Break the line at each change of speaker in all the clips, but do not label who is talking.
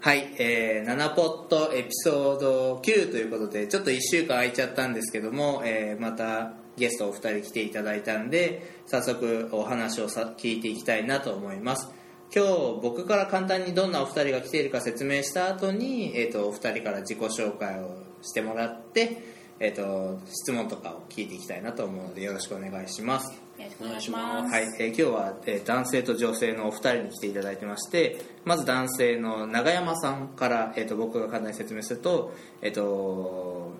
はい、えー、7ポットエピソード9ということで、ちょっと1週間空いちゃったんですけども、えーまたゲストお二人来ていただいたんで、早速お話をさ聞いていきたいなと思います。今日僕から簡単にどんなお二人が来ているか説明した後に、えー、とお二人から自己紹介をしてもらって、えー、と質問とかを聞いていきたいなと思うのでよろしくお願いします。
よろしくお願いします。
はい、えー今日は、えー男性と女性のお二人に来ていただいてましてまず男性の永山さんから、えー、と僕が簡単に説明すると,、えー、と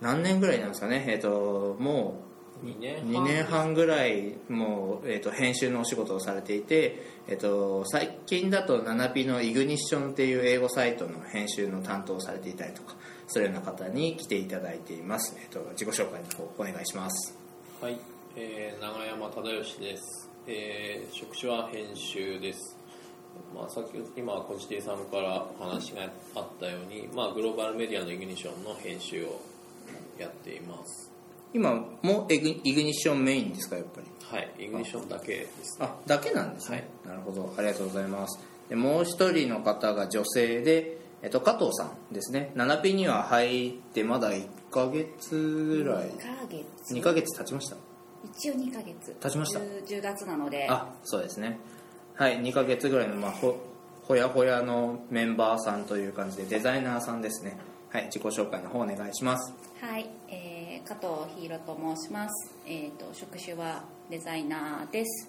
何年ぐらいなんですかね、えー、ともう
2年
2年半ぐらいもう、えー、と編集のお仕事をされていて、えー、と最近だと「ナナピのイグニッションっていう英語サイトの編集の担当をされていたりとかするような方に来ていただいています、えー、と自己紹介の方お願いします
はい、えー、長山忠義です。えー、職種は編集です。まあ、さっき今小池さんからお話があったように、まあ、グローバルメディアのイグニッションの編集をやっています。
今もエグイグニッションメインですかやっぱり
はい、イグニッションだけです。
あだけなんですね、なるほどありがとうございますでもう一人の方が女性で、えっと、加藤さんですね7ピには入ってまだ1ヶ月ぐらい
2ヶ月
2ヶ月経ちました
一応2ヶ月
経ちました
10 10月なので
あそうですねはい2ヶ月ぐらいの、まあ、ほほやほやのメンバーさんという感じでデザイナーさんですねはい自己紹介の方お願いします
はい、えー加藤ひいろと申しますえっ、と職種はデザイナーです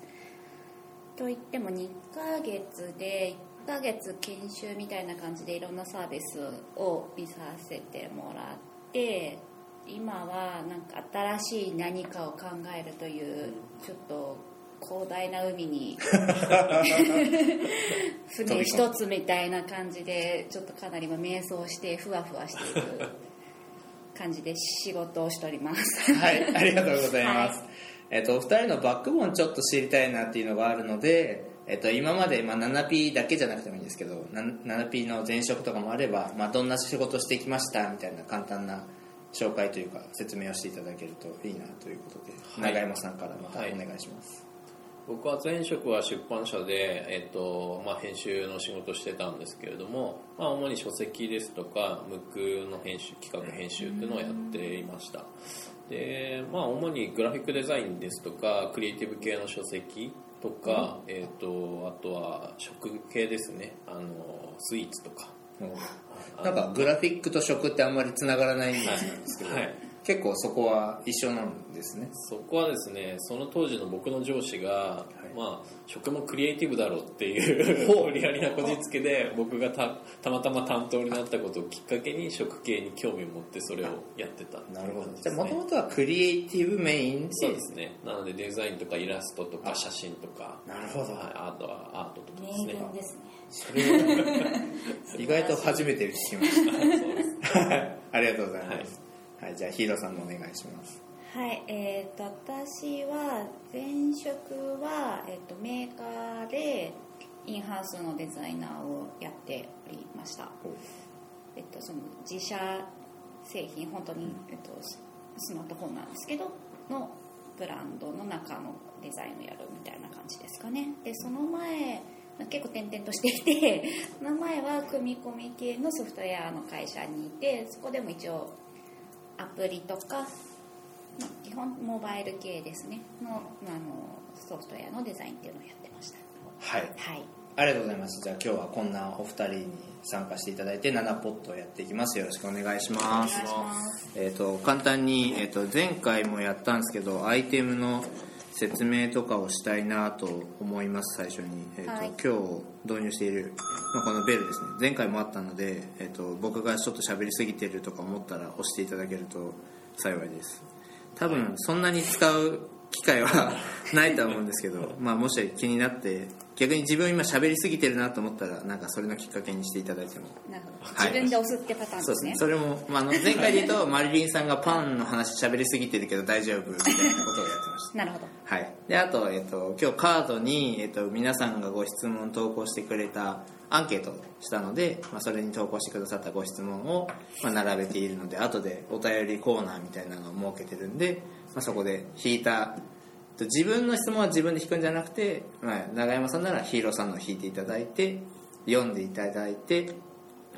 といっても2ヶ月で1ヶ月研修みたいな感じでいろんなサービスを見させてもらって今はなんか新しい何かを考えるというちょっと広大な海に 船一つみたいな感じでちょっとかなり今瞑想してふわふわしていく感じで仕事をしております
はい、ありがとうございます。
は
えっと、お二人のバックボーンちょっと知りたいなっていうのがあるので、えっと、今まで、まあ、7P だけじゃなくてもいいんですけど、な 7P の前職とかもあれば、まあ、どんな仕事してきましたみたいな簡単な紹介というか、説明をしていただけるといいなということで、
はい
永山さんからまたお
はい
願いします。
僕は前職は出版社で、えっとまあ、編集の仕事してたんですけれども、まあ、主に書籍ですとか MOOC の編集企画編集っていうのをやっていましたで、まあ、主にグラフィックデザインですとかクリエイティブ系の書籍とか、えっとあとは食系ですねあのスイーツとか
もうなんか、グラフィックと食ってあんまりつながらないイメージなんですけど、
はい
結構そこは一緒なんですね。
そこはですねその当時の僕の上司が、まあ職もクリエイティブだろうっていう無理やりなこじつけで僕がたたまたま担当になったことをきっかけに食系に興味を持ってそれをやってたっていう
なるほど
感。
じゃあ、
です
も
ね
ともとはクリエイティブメイン
そうですねなのでデザインとかイラストとか写真とか
なるほど
はい、あとはアートとかです
名
ね
言ですね
それは 意外と初めて聞きまし
はいそうです
た ありがとうございます、はいじゃあヒーローさんもお願いします
はいえー、と私は前職は、えー、とメーカーでインハウスのデザイナーをやっておりましたえっと、その自社製品本当に、えっと、ススマートフォンなんですけどのブランドの中のデザインをやるみたいな感じですかねでその前結構転々としていて その前は組み込み系のソフトウェアの会社にいてそこでも一応アプリとか、まあ、基本モバイル系ですねのあのソフトウェアのデザインっていうのをやってました
はい
はい
ありがとうございますじゃあ今日はこんなお二人に参加していただいて7ポットをやっていきますよろしくお願いし
お願
ま
いし
す
ます
えー、と簡単に、えー、と前回もやったんですけどアイテムの説明とかをしたいなと思います最初に、えーと
はい
今日導入している、まあ、このベルですね前回もあったので、えー、と僕がちょっと喋りすぎてるとか思ったら押していただけると幸いです多分そんなに使う機会は ないとは思うんですけど、まあ、もし気になって逆に自分今喋りすぎてるなと思ったらなんかそれのきっかけにしていただいても
なるほど
はい
自分で押すってパターン
そうで
で
す
す
ね
ね。
それも、まあ、あの前回で言うと、マリリンさんがパンの話喋りすぎてるけど大丈夫みたいなことをやってました。
なるほど
はい。で、あと、えっと、今日カードに、えっと、皆さんがご質問投稿してくれたアンケートをしたので、まあ、それに投稿してくださったご質問を、まあ、並べているので、後でお便りコーナーみたいなのを設けてるんで、まあ、そこで引いた、えっと自分の質問は自分で引くんじゃなくて、まあ、長山さんならヒーローさんのを引いていただいて、読んでいただいて、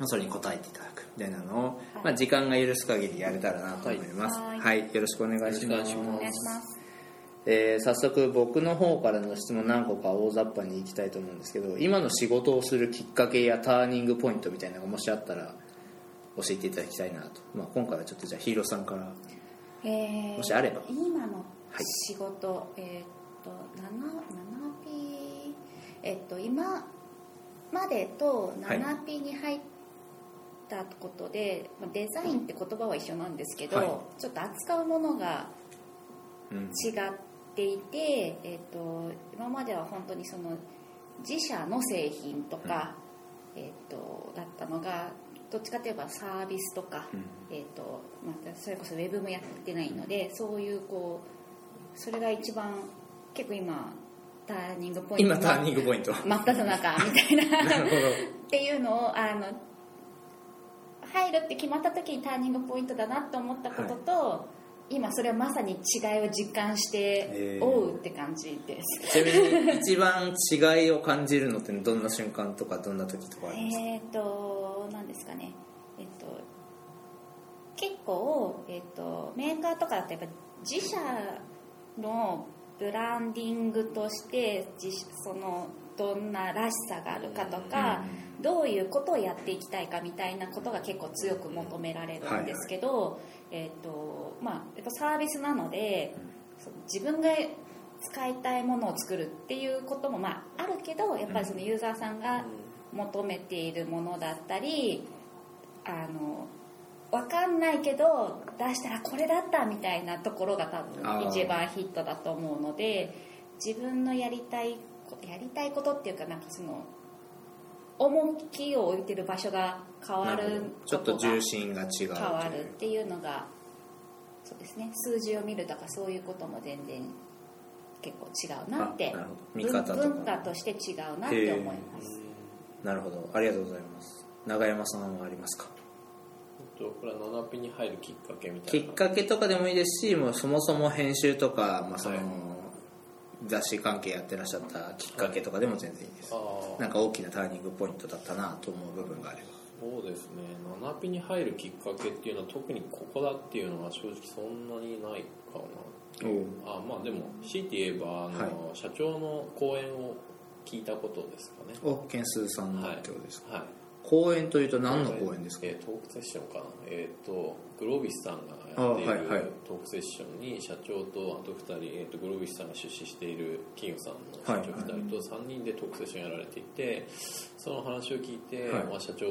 それに答えていただくみたいなのを、まあ、時間が許す限りやれたらなと思います。は、
はいい
よろしくお願いしま
よろ
す
しくお願
お
いしま
願いします
えー早速僕の方からの質問何個か大雑把にいきたいと思うんですけど今の仕事をするきっかけやターニングポイントみたいなのがもしあったら教えていただきたいなと、まあ、今回はちょっとじゃあヒーローさんから
えー
もしあれば
今の仕事、えーっと 7P えっと今までと
はい
7P に入ったことで、まあデザインって言葉は一緒なんですけど、
はい
ちょっと扱うものが
うん
違っていて、えっと今までは本当にその自社の製品とか、えっとだったのがどっちかといえばサービスとか、
うん
えっとまたそれこそウェブもやってないのでそういうこうそれが一番結構今ターニングポイント
今ターニングポイント
真っ只中みたいな
なるほど
っていうのをあの入るって決まった時にターニングポイントだなと思ったことと、今それはまさに違いを実感して
へー
おうって感じで
ち
す。
なみに一番違いを感じるのってどんな瞬間とかどんな時とかありますか、
えっ、と何ですかねえっ、と結構、えっとメーカーとかだとやっぱ自社のブランディングとして自そのどんならしさがあるかとか、どういうことをやっていきたいかみたいなことが結構強く求められるんですけど、えっとまあ、やっぱサービスなので、その自分が使いたいものを作るっていうことも、まあ、あるけどやっぱりそのユーザーさんが求めているものだったりあの分かんないけど出したらこれだったみたいなところが多
あー
分一番ヒットだと思うので自分のやりたいこやりたいことっていうかなんかその重きを置いてる場所が変わ
なるほ
る
どちょっと
ことが
重心が違うという
変わるっていうのがそうですね数字を見るとかそういうことも全然結構違うなって
あなるほど見
文
方とか
文化として違うなって思います
なるほどありがとうございます永山さんはありますか
えっとこれは7ピに入るきっかけみた
き
いな
っかけとかでもいいですしもうそもそも編集とか、まあ、その
はい
雑誌関係やってらっしゃったきっかけとかでも全然いいです、
あー
なんか大きなターニングポイントだったなと思う部分があれば
そうですね7ピに入るきっかけっていうのは特にここだっていうのは正直そんなにないかなあまあでも強いて言えばあの、社長の講演を聞いたことですかね
おお件数さんのってことですか、
はい
公演というと何の公演ですか、
えートークセッションかなえっ、とグロービスさんがやってい
あはいはい
るトークセッションに社長とあと2人、えー、とグロービスさんが出資している企業さんの社長2人と3人でトークセッションやられていてその話を聞いて、
はい
まあ、社長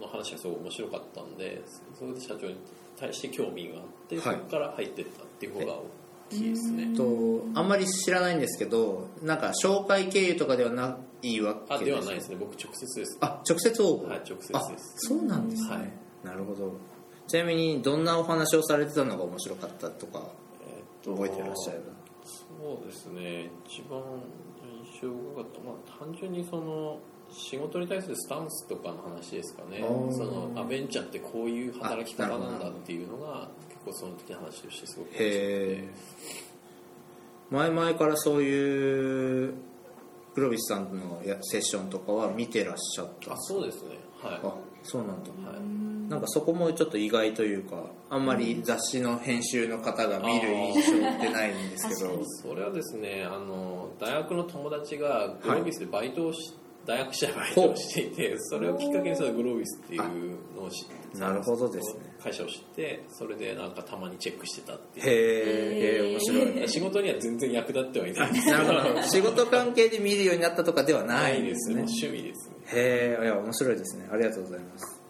の話がすごい面白かったんでそれで社長に対して興味があって、
はい
そこから入ってったっていう方が大きいですね
えっとあんまり知らないんですけどなんか紹介経由とかではないわ
あ
け
ではないですね僕直接です
あ直接応募、
はい直接
あ
です
そうなんですね、
はい
なるほどちなみにどんなお話をされてたのが面白かったとか
えーと
覚えてらっしゃる
そうですね一番印象深かったまあ単純にその仕事に対するスタンスとかの話ですかね
あー
そのアベンチャーってこういう働き
あな
方
るほど
なんだっていうのが結構その時の話としてすごく面白く
へ
て
ー前々からそういう黒菱さんのやセッションとかは見てらっしゃった
あそうですねはい、
あそうなんだ
はい、
なんかそこもちょっと意外というかあんまり雑誌の編集の方が見る印象ってないんですけど
それはですねあの大学の友達がグロービスでバイトをし、大学時代バイトをしていてそれをきっかけにそのグロービスっていうのを知って
なるほどですね
会社を知ってそれでなんかたまにチェックしてたっていう
へえ面白い
仕事には全然役立ってはいない
なるほど仕事関係で見るようになったとかではないんですね
もう趣味ですね
へえいや面白いですねありがとうございます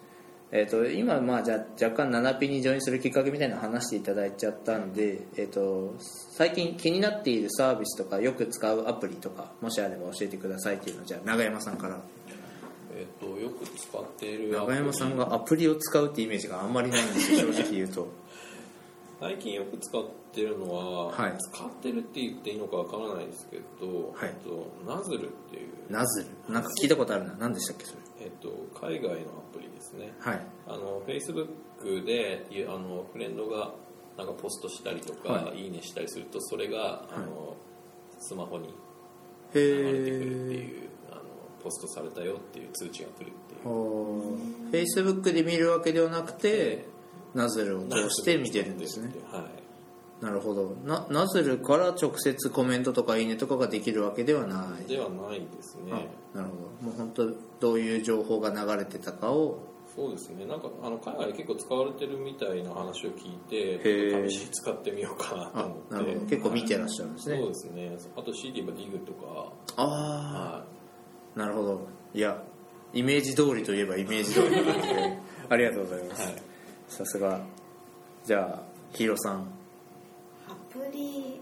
えっ、と今まあじゃあ若干7ピにジョインするきっかけみたいなの話していただいちゃったんで、えっと最近気になっているサービスとかよく使うアプリとかもしあれば教えてくださいっていうのをじゃあ永山さんから
えっ、とよく使っているアプ
永
リ
山さんがアプリを使うってイメージがあんまりないんですよ正直言うと
最近よく使ってるのは、
はい
使ってるって言っていいのかわからないですけど、
はい
えっとナズルっていう
ナズルなんか聞いたことあるな何でしたっけそれ
えっ、と海外のアプリですね
はい
あの Facebook でいうあのフレンドがなんかポストしたりとか、、
はい
いねしたりするとそれがあの、スマホに
へ
流れてくるって
え
いうあのポストされたよっていう通知が来るっていう
フェイスブックで見るわけではなくてナズルを通して見てるんですね
はい
なるほどなナズルから直接コメントとかいいねとかができるわけではない
ではないですね、
あなるほどもう本当どういう情報が流れてたかを
そうですねなんかあの海外で結構使われてるみたいな話を聞いて
へー
試しに使ってみようかな
あ
と思って
なるほど結構見てらっしゃるんですね
そうですねあと CD は DIG とか
あ
は
あなるほどいやイメージ通りといえばイメージ通りなんですけ どありがとうございま
い、は
す
い、
さすがじゃあヒーローさん
アプリ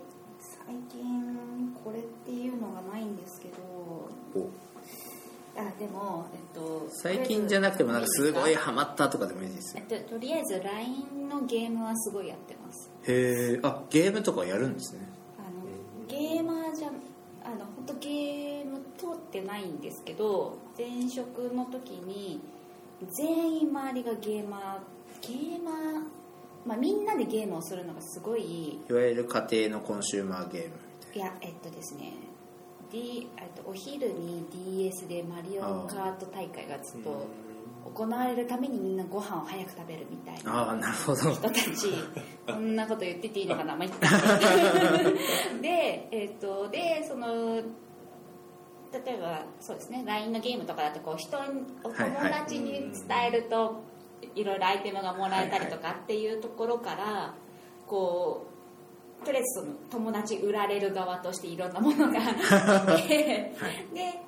最近これっていうのがないんですけどあでも、えっと、
最近じゃなくてもなんかすごいハマったとかでもいいです
え
よ
っと、とりあえず LINE のゲームはすごいやってます
へえあゲームとかやるんですね
あのゲーマーじゃあの本当ゲーム通ってないんですけど前職の時に全員周りがゲーマーゲーマー、まあ、みんなでゲームをするのがすごい
いわゆる家庭のコンシューマーゲームみたい
いやえっとですね、D、えっとお昼に DS でマリオカート大会がずっと行われるためにみんなご飯を早く食べるみたいな
なああなるほど
人たちこんなこと言ってていいのかな、まあ、言ってで,、えっとでその例えばそうですね LINE のゲームとかだとこう人にお友達に伝えると、いろいろアイテムがもらえたりとかっていうところから、こうとりあえずその友達売られる側としていろんなものが あってで、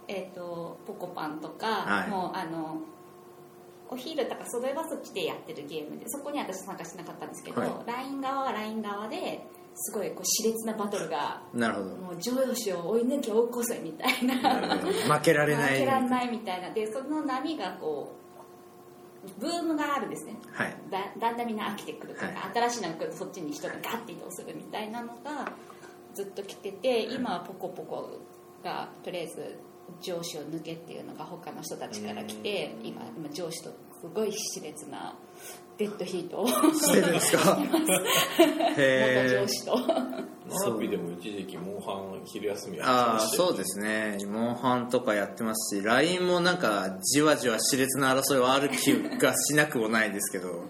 えっとポコパンとか、
はい
もうあのお昼とかそれはそっちでやってるゲームでそこに私参加しなかったんですけど、
はい
LINE 側は LINE 側ですごいこう熾烈なバトルが
なるほど
もう上司を追い抜け追い越せみたいな
負けられない
負けられないみたいなでその波がこうブームがあるんですね
はい
だだんだんみんな飽きてくるとか、
は
新しいのが来るとそっちに人がガッて移動するみたいなのがずっと来てて今はポコポコがとりあえず上司を抜けっていうのが他の人たちから来て今今上司とすごい熾烈なデッドヒートを
してるんですか
元
へ
上
え
司と
ナナピでも一時期モンハン昼休みやって
あ
ま
あ
した
そうですねモンハンとかやってますし LINE もなんかじわじわ熾烈な争いはある気がしなくもないですけど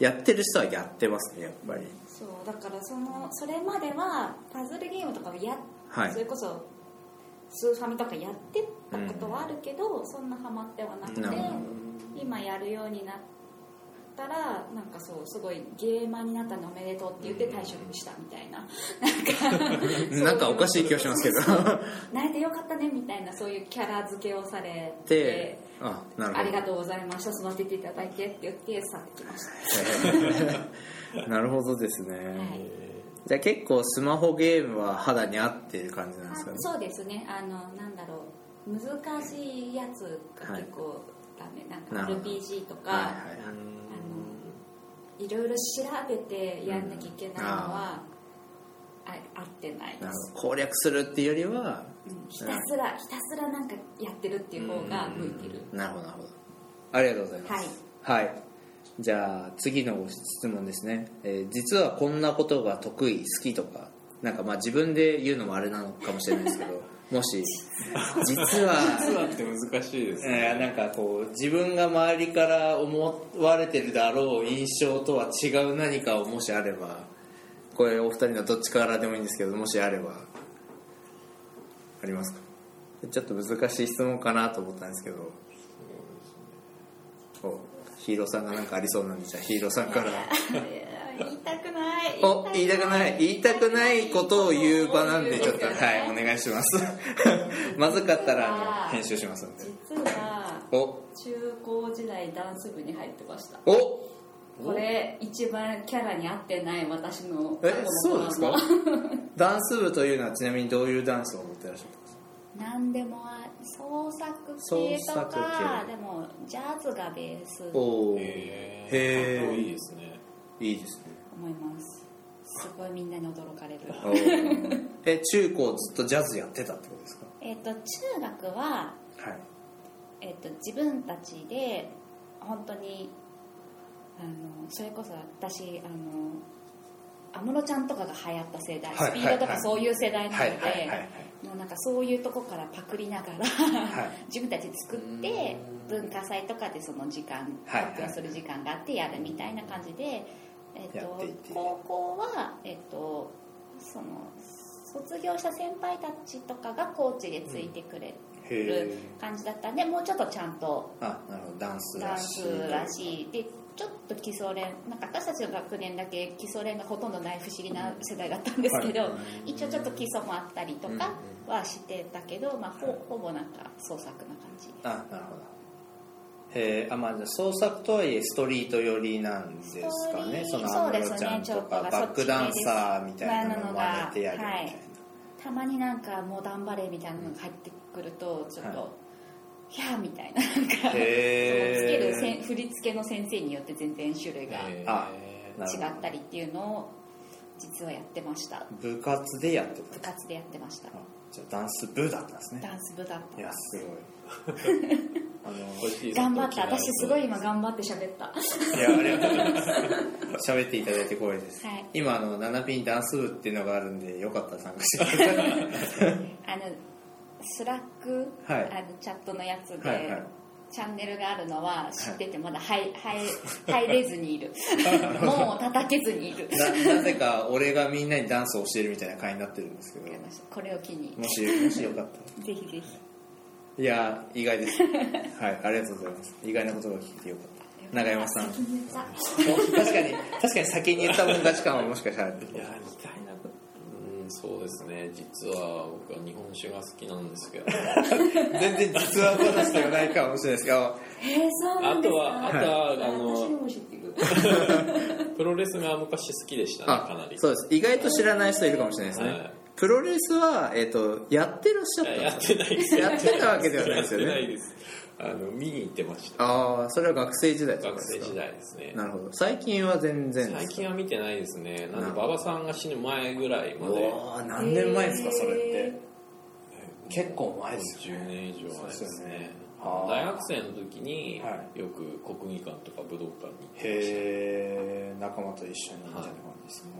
やってる人はやってますねやっぱり
そうだからそのそれまではパズルゲームとかをやっ
はい
それこそスーファミとかやってたことはあるけど、そんなハマってはなくて
なるほど
今やるようになったらなんかそうすごいゲーマーになったのおめでとうって言って退職したみたいな、
なんかおかしい気がしますけど
慣れてよかったねみたいなそういうキャラ付けをされ
で
て。
あなる
あ
ほ
り
ど
がとうございました育てていただいてって言って去ってきました
なるほどですね、
はい
じゃあ結構スマホゲームは肌に合ってる感じなんですか
あ
ね
そうですねあのなんだろう難しいやつが結構ダメ、
な
なんか
るほど
RPG とか、
はいはいはい
いろいろ調べてやんなきゃいけないのは、あ合ってないで
なる
す、
ほど攻略するっていうよりは
うんひたすらひたすらなんかやってるっていう方が向いてる、
なるほどなるほどありがとうございます
はい
はい。じゃあ次のご質問ですね、えー実はこんなことが得意好きとかなんかまあ自分で言うのもあれなのかもしれないですけども し実は
実はって難しいですね
えーなんかこう自分が周りから思われてるだろう印象とは違う何かをもしあればこれお二人のどっちからでもいいんですけどもしあればありますかちょっと難しい質問かなと思ったんですけどこうヒーローさんがなんかありそうなんでじゃあヒーローさんから
言いたくない
お言いたくない言いたくないことを言う場なんでちょっとは
言いたくない
いお願いします まずかったらあの編集しますんで
実は
お
中高時代ダンス部に入ってました
お
これ一番キャラに合ってない私の過去
え
の
そうですか
ドラマ
ダンス部というのはちなみにどういうダンスを踊ってらっしゃるんですか
何でもあ創作系と
創作
か
系
でもジャズがベースだと
おお
へ
へー
かっこいいですね
いいですね
思いますすごいみんなに驚かれる
おー え中高ずっとジャズやってたってことですか
えっと中学は、
はい
えっと自分たちで本当にあのそれこそ私あの安室ちゃんとかが流行った世代、
はい
スピードとかそういう世代なの
はいはいはいは
でもうなんかそういうとこからパクりながら、
はい
自分たちで作って文化祭とかでその時間
はい
発表する時間があってやるみたいな感じで、えっ
やっ
と
ていて
高校は、えっとその卒業した先輩たちとかがコーチでついてくれ
へえ
る感じだったんで、もうちょっとちゃんと
あなるほどダンス
ダ
ら
ン
し
ス
い
らしいでちょっと基礎練なんか私たちの学年だけ基礎練がほとんどない不思議な世代だったんですけど、
はい
一応ちょっと基礎もあったりとかはしてたけど、まあ、ほほぼなんか創作な感じ
あなるほどへえあまあじゃあ創作とはいえストリート寄りなんですかね
ス
その
トーリー
安
そう
室
で
ち
す
ゃ
ね
んと
ちょ
か
っ
バ
と
ックダンサーみたいなのを真似てやるみたい
はいたまになんかモダンバレーみたいなのが入ってくるとちょっと、
はい
やーみたいななんかその
へ
つけ
え
るせん振り付けの先生によって全然種類が違
え
あなるほど
ったりっていうのを実はやってました
な部活でやってたんで
部
すか
活でやってました
あじゃあダンス部だったんですね
ダンス部だったん
い
で
や
す
すごい あの
頑張った私すごい今頑張って喋った
いやありがとうございます喋っていただいて光栄です、
はい
今あの7ピンダンス部っていうのがあるんでよかったら参加してください
あのスラック、
はい
あのチャットのやつで、
はいはい
チャンネルがあるのは知っててまだ入,、はい、入れず にいる門を叩けずにいる
ななぜか俺がみんなにダンスを教えるみたいな会になってるんですけども
これを機に
しもしよかったら
ぜひぜひ
いやー意外ですはいありがとうございます意外なことが聞けてよかった永山さん
先に言った
確かに確かに先に言ったもん勝ち感はもしかしたらある
いやみたいなうんそうですね実は僕は日本酒が好きなんで すけど
全然実話話ではないかもしれないですけど
えー、そうなんですか
あとはあとは
はい
あの
私も知ってる
プロレスが昔好きでしたねかな
あ
り
そうです意外と知らない人いるかもしれないですね、
はい
プロレスは、えっとやってらっしゃったん
いや
で
や
すか
ってないです
やってたわけではないですよね
やってないですあの見に行ってました
ああそれは学生時代とかで
学
す
生
か
時代ですね
なるほど最近は全然で
最
すか
近は見てないですねな
な
んで
るほど
馬場さんが死ぬ前ぐらいまで
うわー何年前ですかそれって結構前ですよ
10年以上前で
そうですすよ
ね
ねあー
大学生の時に
は
よく国技館とか武道館に行ってまし
へ
た
え仲間と一緒にみたいな感じですね、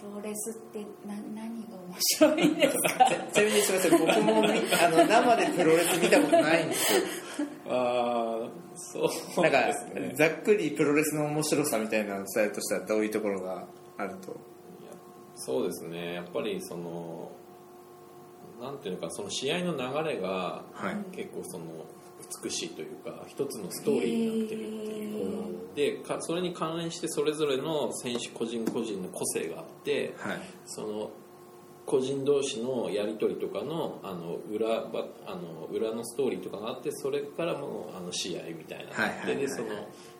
プロレスってな何が面白いんですか
ちなみにすみません僕もみあの生でプロレス見たことないんですよ
ああ そう
なんか
ですね
ざっくりプロレスの面白さみたいなのを伝えるとしたらどういうところがあると
そうですねやっぱりそのなんていうのかその試合の流れが
はい
結構その美しいというか一つのストーリーになってるっていうでかそれに関連してそれぞれの選手個人個人の個性があって
はい
その個人同士のやり取りとかのあの裏ばあの裏のストーリーとかがあってそれからもうあの試合みたいな、
はいはいはいはい
ででその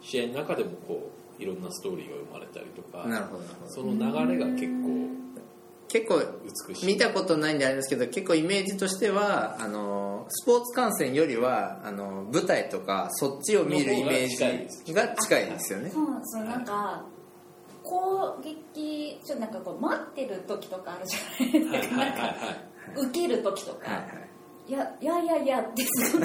試合の中でもこういろんなストーリーが生まれたりとか
なるほどなるほど
その流れが結構
結構
美しい
見たことないんであれですけど結構イメージとしてはあのスポーツ観戦よりはあの舞台とかそっちを見るイメージが近いですよね
そうなんですよなんか攻撃ちょっとなんかこう待ってる時とかあるじゃない
はい
ですか、
はい
なんか
はい
受ける時とか、
はいはい
いやいやいやいやってす ごく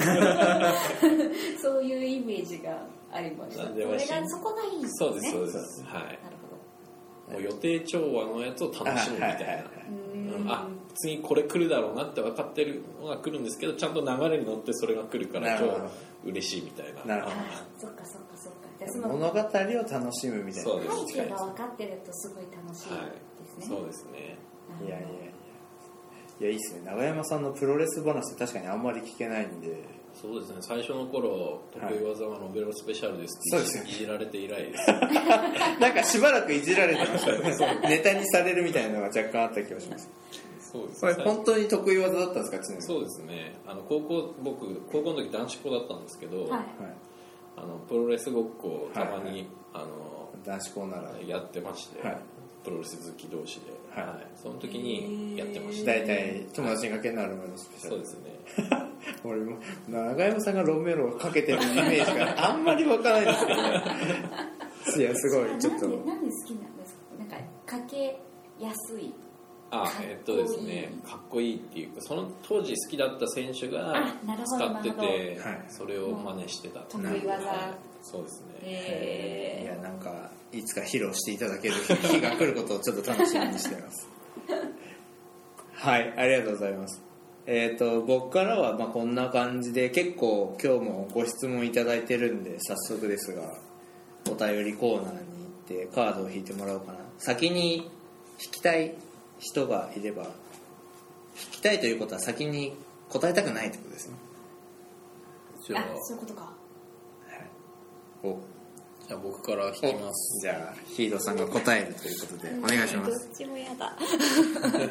そういうイメージがありました
な
そ
ん
れ
で
が
私
そこがいいんですね
そうですそうですは
な
い
るほど
もう予定調和のやつを楽しむみたい
はいはいはい
な
は
うんあ次これ来るだろうなって分かってるのが来るんですけどちゃんと流れに乗ってそれが来るから
なる
今
ほど
日嬉しいみたいな
なるほ
あそっかそっかそっかじゃあそ
ど
の
物語を楽しむみたいな
そうです
背景が分かってるとすごい楽しい
はい
ですね、
そうですね
いやいやいやいやいいっすね永山さんのプロレス話確かにあんまり聞けないんで
そうですね最初の頃
はい
得意技はノベロスペシャルですって
そうですよ
いじられて以来ですは
なんかしばらくいじられてましたねネタにされるみたいなのが若干あった気がします
そうです
これ
ね
本当に得意技だったんですかちなみに
そうですねあの高校僕高校の時男子校だったんですけど、
はい
はい
あのプロレスごっこをたま
はいは
に
い、
あの
男子校なら
やってまして、
はい
プロレス好き同士で、
はい
その時にやってました
大体友達にかけになるまでスペシャ
そう
ル
ですね
俺も長山さんがロメロをかけてるイメージがあんまりわからないですけどねいやすごいちょっと
なんでなんで好きなんですかなんかかけやすい
あ
かっこいい
えっとですねかっこいいっていうかその当時好きだった選手が
あなるほど
使って
なる
て
ほどはい
それを真似してたっていう
得意技
はいそうですね
え
いやなんかいつか披露していただける日が来ることをちょっと楽しみにしてます はいありがとうございますえっ、と僕からはまあこんな感じで結構今日もご質問いただいてるんで早速ですがお便りコーナーに行ってカードを引いてもらおうかな先に引きたい人がいれば引きたいということは先に答えたくないってことですね
じゃあ
そういうことか
お
じゃあ僕から聞きます
じゃあヒーローさんが答えるということでお願いしま
どっ
す
ちも嫌 だ。
はい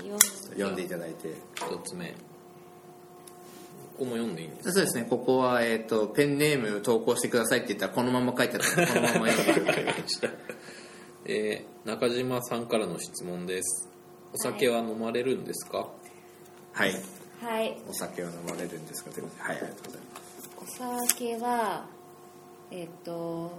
あよ
読んでいただいて
1つ目ここも読んでいいんですか
そうですねここは、えー、とペンネーム投稿してくださいって言ったらこのまま書いてあったからこのまま読んでいただきました
えー中島さんからの質問ですお酒は飲まれるんですか、
はい
はい。
お酒を飲まれるんですかということではいありがとうございま
お酒はえっ、と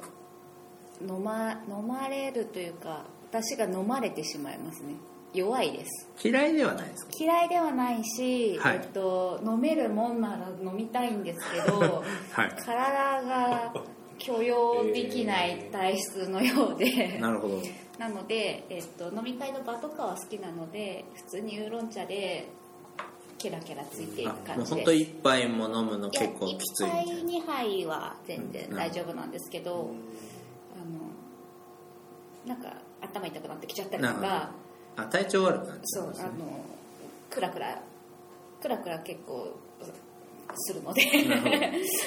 飲ま飲まれるというか私が飲まれてしまいますね弱いです
す嫌いではないですか
嫌いではないし、
はい
えっと、飲めるもんなら飲みたいんですけ ど
はい
体が許容できない体質のようで、
なるほど
なので、えっと、飲み会の場とかは好きなので普通にウーロン茶でケラケラついていく
あ
感じ
も
で
う
す
本当一杯も飲むの結構きついみたいな
1杯2杯は全然大丈夫なんですけど、あのなんか頭痛くなってきちゃったりと
なる
か
あ体調悪くなっちゃ
そううん
です
あ
ね
のクラクラクラクラ結構するので
なるほど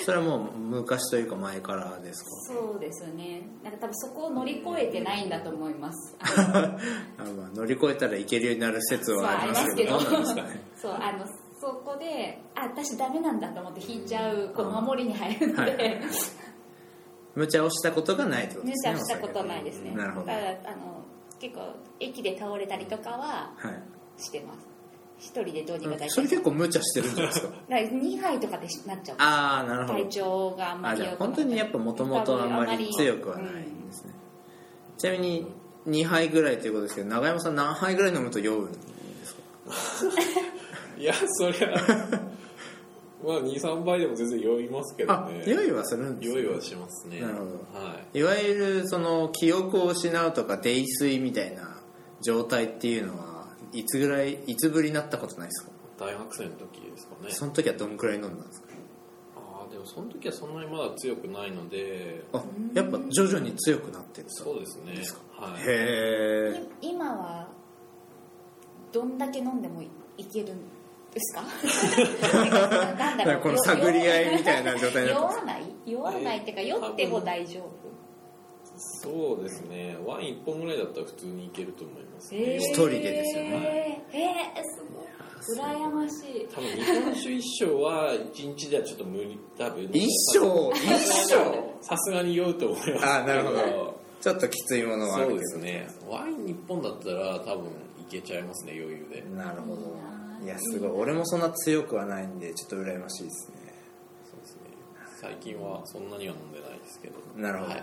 それはもう昔というか前からですか
そうですねなんか多分そこを乗り越えてないんだと思い ますあの
あまあ乗り越えたらいけるようになる説
そう
はあ
あ
りま
りますすけ
けど
ど
どうなんですかね
そうあのそこであ私ダメなんだと思って引いちゃうこう守りに入るので、
はいはい無茶をしたことがないってこと
入
ですね
社したことないですね
なるほど
ただ
はい
あの結構駅で倒れたりとかはしてます一人でどうにか大
そ
丈
れ
夫
結構無茶してるんじゃない ですか
2杯とかでなっちゃう
ああなるほ
体
ど
調があんま
あ
り
じゃあ
良くな
本当にやっぱもともとあんまり強くはないんですね、ちなみに2杯ぐらいということですけど永山さん何杯ぐらい飲むと酔うんですか
いやそりゃ まあ23杯でも全然酔いますけど
あ
ね
酔いはするんです
酔
ね
いはしますね
なるほ
はい
わゆるその記憶を失うとか泥酔みたいな状態っていうのはいつぐらいいつぶりになったことないですか
い大学生の時ですかね
その時はどんくらい飲んだんですか
ああでもその時はそんなにまだ強くないので
あやっぱ徐々に強くなってると
そうですねはい
へえ
い今はどんだけ飲んでもいけるんで すかなんだろう
この探り合いみたいな状態に
酔
なって
わない酔わないっていうか酔っても大丈夫
そうですねワイン1本ぐらいだったら普通にいけると思います
えー
ね
一人でですよ
ね
えーえーすごい羨まし い
多分日本酒一升は1日ではちょっと無理多分
一生一生
さすがに酔うと思います
あーなるほどちょっときついものはある
そ
け
う
ど
ですねワイン1本だったら多分いけちゃいますね余裕で
なるほど
いいない
やすごい俺もそんな強くはないんでちょっと羨ましいですね
そうですね最近はそんなには飲んでないですけど
なるほど、
はい、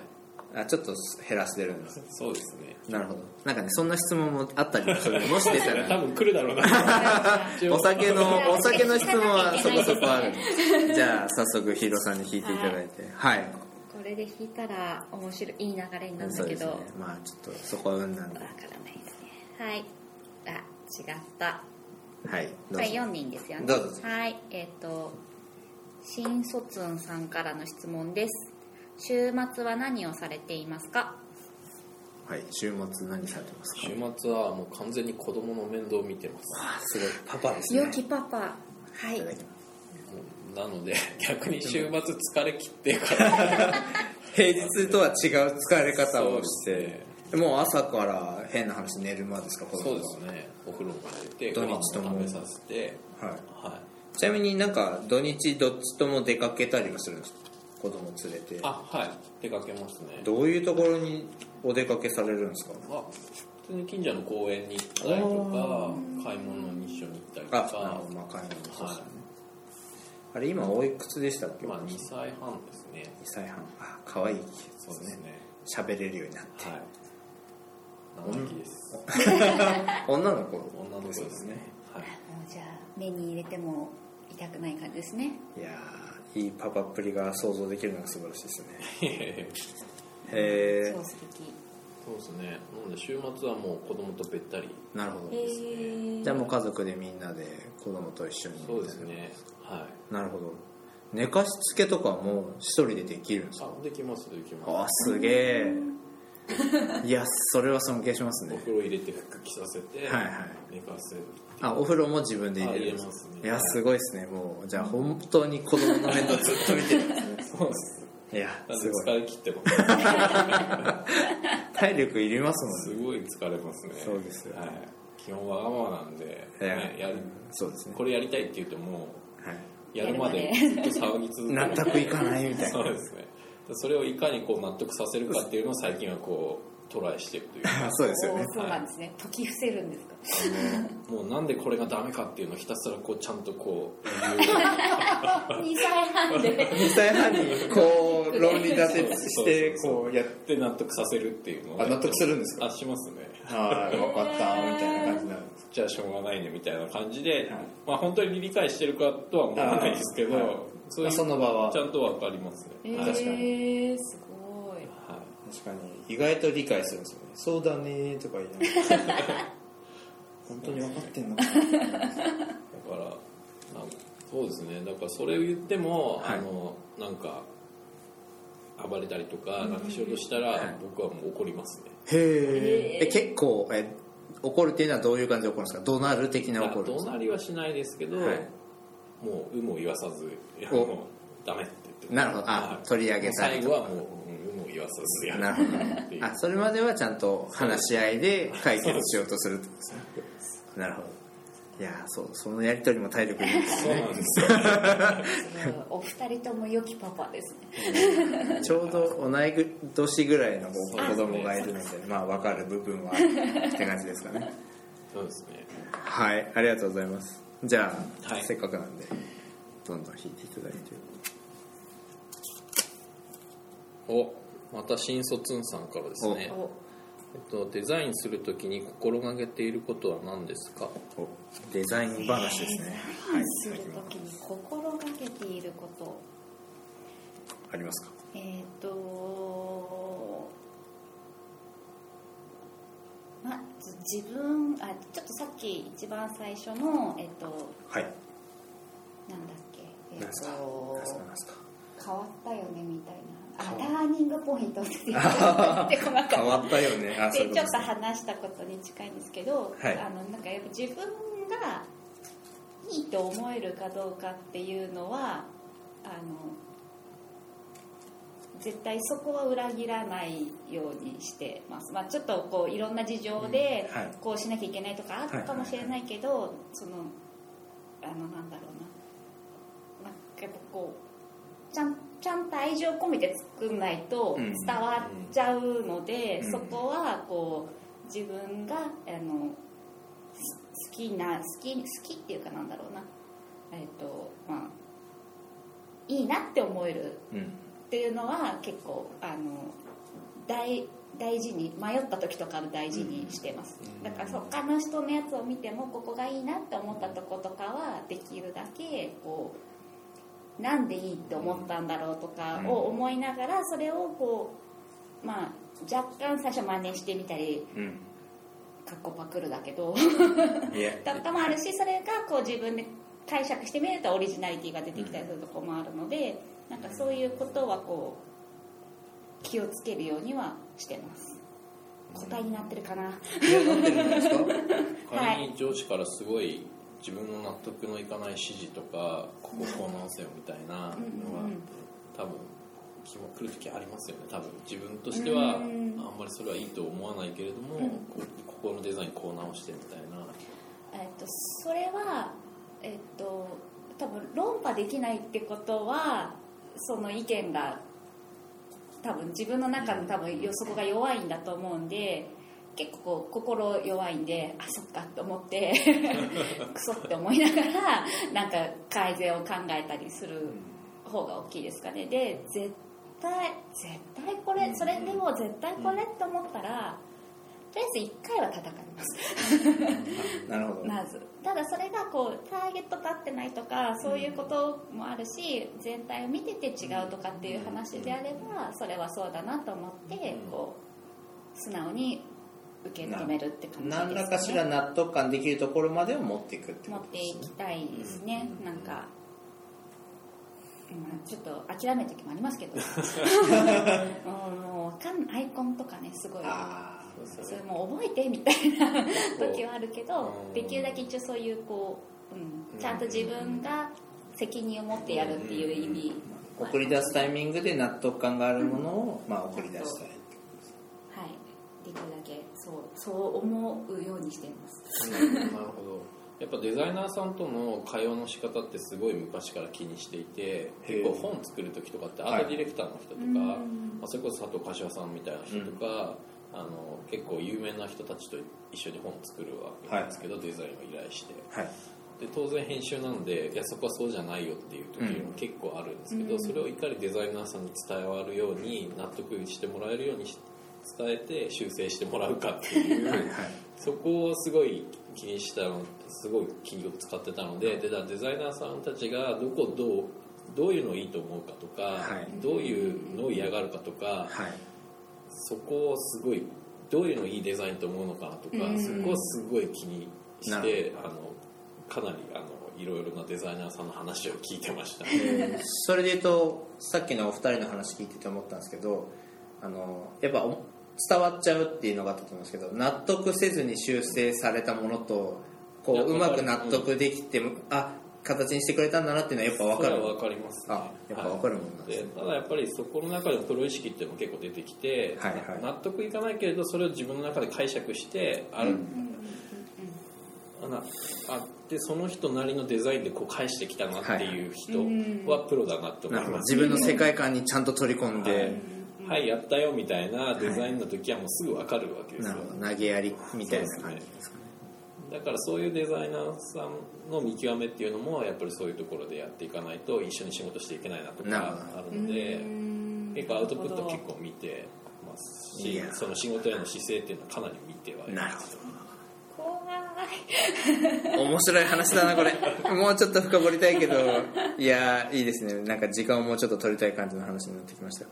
あちょっと減らしてるんです
そうで すね
なるほどなんかねそんな質問もあったりもするもし出たら
多分来るだろう な一応
お酒のお酒の質問はそこそこあるん
聞かなきゃいけないで
でじゃあ早速ヒーローさんに引いていただいてはい
これで弾いたら面白いいい流れになるん
そ
だ
う
け
です
ど
ね
わ、
まあちょっとそこは運なんで
からないですねはいあ違った
はいど
こ
う
れ
ぞ
読んでいいんですよね
どうぞ
はいえっ、と新卒んさんからの質問です週末は何をされていますか
はい週末何されてますか
週末はもう完全に子供の面倒を見てます
あすごいパパですね
良きパパはい
いただきます
なの で逆に週末疲れ切ってから
平日とは違う疲れ方をし
そう
て
で
もう朝から変な話寝るまでですか子供
そう
は
ですねお風呂も入れて
土
ご
日
飯も
とも
食べさせて
は
はい
い、ちなみになんか土日どっちとも出かけたりはするんですか子供連れて
あはい出かけますね
どういうところにお出かけされるんですか
まあ普通に近所の公園に行ったりとか買い物に一緒に行ったりと
あなる
か
ほどまあ買い物そうですよね、あれ今おいくつでしたっけ、
今2歳半ですね
2歳半あ可愛い季
そ
節
う
で
ですす
ね
ね
喋れるようになって
はい生意気です
女の子
女の子ですねはい
もうじゃあ目に入れても痛くない感じですね
いやーいいパパっぷりが想像できるのが素晴らしいですね
いやいやいや
へ
そう
え
素敵
そうですねなので週末はもう子供とべったり
なるほど
へー
じゃあもう家族でみんなで子供と一緒に
そうですねは
なるほど寝かしつけとかも一人でできるんです
い
か
あできますでき
あ
ま
あすげえいやそれは尊敬します
すお
ね
風呂入れて服着させて
はいはい
寝かす
あお風呂も自分で入れるんで
あ入れますす
ね
ね
いやすごいですねもうじゃあ本当に子供の面倒ずっと見 てる
そうです
いや
なん
す
で
ごい
疲れ切ってます
体力いりますもんね
すごい疲れますね
そうですよ
はい、基本わがままなんで、
いや
ねやる
そうですね
これやりたいって言うとも
は
うやるまで
や
ずっと騒ぎ続
い
け
納
る
得いかないみたい
そう
な
ですねそれをいかにこう納得させるかっていうのを最近はこうトライしてる というか
あそうですよね
おーそうなんですね解き伏せるんですか
もうなんでこれがダメかっていうのをひたすらこうちゃんとこ う
2歳半で
2歳半にこう論理立てして
そうそうそう
こうやっ
やって納得させるっていうのを
あ納得するんですか
あしますね
ああ分かったみたいな感じになるんです
じゃあしょうがないねみたいな感じで、
はい
まあ本当に理解してるかとは思わないですけど、
あーはい
そういう
その場は
ちゃんとわかりますね、
え
はい
確か
ー、すごい
はい
確かに意外と理解するんですよねそうだねーとか言いながら本当に分かってんのか
だからなんかそうですねだからそれを言っても、
はい
あのなんか暴れたりとかなんかしようとしたら、
はい
僕はもう怒りますね
へ
へ
ええ
ー
結構え怒るっていうのはどういう感じで怒るんですか怒鳴る的な
だ
怒
か
る
ら
んで
怒
すか
鳴りはしないですけど、
はい
もう有無を言わさずいや
お
もうダメって言って
なるほどあ
はい
取り上げたり
最後はもううん有無を言わさずや
なるほど
っ ていう
あそれまではちゃんと話し合いで解決しようとするってことですねなるほどいやーそうそのやり取りも体力いるんです
そうなんですよ
すごいお二人とも良きパパですね
ちょうど同い年ぐらいの子供がいるのでまあ分かる部分はって感じですかね
そうですね
はいありがとうございますじゃあ、
はい
せっかくなんでどんどん弾いていただいて
おまた新卒さんからですね
お
えっと、デザインするときに心がけていることは何ですか
おデザイン話ですね
サインするときに心がけていること
ありますか
えっ、とまず自分あちょっとさっき一番最初のえっ、と
はい
なんだっけえっ、
何ですか
と
何ですか何ですか
変わったよねみたいなあ
変
タ
わ
ーニングポイントって言ってこなかった
変わったよねあそうい
で
うことです
ちょっと
ね
話したことに近いんですけど、
はい
あのなんかやっぱ自分がいいと思えるかどうかっていうのはあの絶対そこは裏切らないようにしてます、まあ、ちょっとこういろんな事情で
うんはい
こうしなきゃいけないとかあったかもしれないけど、そのあのなんだろうななんかやっぱこうちゃんちゃんと愛情込めて作んないと
うん
伝わっちゃうので、
うん
そこはこう自分があのす好きな好き好きっていうかなんだろうなえっ、とまあいいなって思える
うん
っていうのは結構あの大大事に迷った時とかを大事にしてます、
うん
だから他の人のやつを見てもここがいいなって思ったとことかはできるだけこうなんでいいって思ったんだろうとかを思いながらそれをこうまあ若干最初真似してみたり
うん
かっこパクるだけど
いや
とかもあるしそれがこう自分で解釈してみるとオリジナリティが出てきたりするとこもあるので、なんかそういうことはこう気をつけるようにはしてます答えになってるかな、
なってるんですか
仮に上司からすごい自分の納得のいかない指示とかこここう直せよみたいなのが
うんうん
多分気も来る時ありますよね多分自分としてはあ
うんん
まりそれはいいと思わないけれども
うん
こここのデザインこう直してみたいな
えっと、それはえっと多分論破できないってことはその意見が多分自分の中の多分予測が弱いんだと思うんで結構こう心弱いんであそっかと思って クソって思いながらなんか改善を考えたりする方が大きいですかねで絶対絶対これそれでも絶対これって思ったらりあえず1回は叩かれます
なるほ ど、
まずただそれがこうターゲット立ってないとかそういうこともあるし、全体を見てて違うとかっていう話であればそれはそうだなと思って
うん
こう素直に受け止めるって感じですね
何らかしら納得感できるところまでを持っていくって
持
こ
っ
と
ていきたいですね、なんか、まあ、ちょっと諦める時もありますけど うんもうわかんアイコンとかねすごい
あ
それもう覚えてみたいな時はあるけど
うん
できるだけ一応そういうこう、
う
うんん、ちゃんと自分が責任を持ってやるっていう意味
あ送り出すタイミングで納得感があるものを、まあ、送り出したい
はいできるだけそうそう思うようにしています
うんなるほどやっぱデザイナーさんとの会話の仕方ってすごい昔から気にしていて結構本作る時とかってアートディレクターの人とか、
うん
まあ、それこそ佐藤柏さんみたいな人とか、あの結構有名な人たちと一緒に本作るわけなんですけど、デザインを依頼して
はい
で当然編集なのでいやそこはそうじゃないよっていう時も結構あるんですけど、
うん
それをいかにデザイナーさんに伝わるように納得してもらえるようにし伝えて修正してもらうかって いうそこをすごい気にしたのすごい気を使ってたのででだからデザイナーさんたちがどこをどうどういうのをいいと思うかとか、
はい
どういうのを嫌がるかとか、
はい
そこをすごいどういうのいいデザインと思うのかなとか、
うん
そこをすごい気に
な
してあのかなりあのいろいろなデザイナーさんの話を聞いてました、
えーそれで言うとさっきのお二人の話聞いてて思ったんですけどあのやっぱお伝わっちゃうっていうのがあったと思うんですけど納得せずに修正されたものとこ
いや
ううまく
わ
納
かる
得できて、あ形にしてくれたんだなっていうのはやっぱ分か
それは
る
わかります、
あやっぱ分かるもんなんです
で
ね、
ただやっぱりそこの中でプロ意識っていうのも結構出てきて、
はいはい
納得いかないけれどそれを自分の中で解釈してある、あなあってその人なりのデザインでこう返してきたなっていう人はプロだなと思
ないるほど
ます、
自分の世界観にちゃんと取り込んで、
はい、やったよみたいなデザインの時はもうすぐ分かるわけです
な
よ
るほど投げやりみたいな感じですかね
だからそういうデザイナーさんの見極めっていうのもやっぱりそういうところでやっていかないと一緒に仕事していけないなと
なる
か
ほ
あるので結構アウトプット結
構
構見てます
い
し
や
その仕事への姿勢っていうのはかなり見てはい
な
ま
る
す
ほ
怖い
ど面白い話だなこれもうちょっと深掘りたいけどいやーいいですねなんか時間をもうちょっと取りたい感じの話になってきました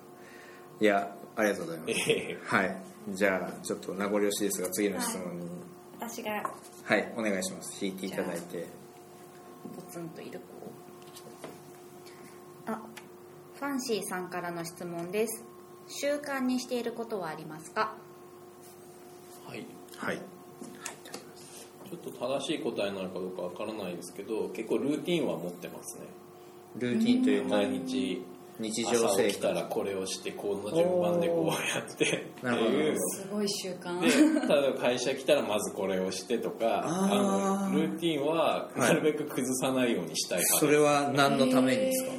いやありがとうございます
え
はいじゃあちょっと名残惜しいですが次の質問に
私が
はい、お願いします引いていただいて
ポツンといる子あファンシーさんからの質問です習慣にしていることはありますか
はい
はい
ちょっと正しい答えなのかどうかわからないですけど結構ルーティンは持ってますね
ルーティンというか
毎日
日常
朝
生
起きた
活
らこれをしてこの順番でこうやってって
なるほどなる
い
ほ
う
ど
すごい習慣
で 例えば会社来たらまずこれをしてとか
あー
あのルーティンは
はい
なるべく崩さないようにしたいから、
それは何のためにですか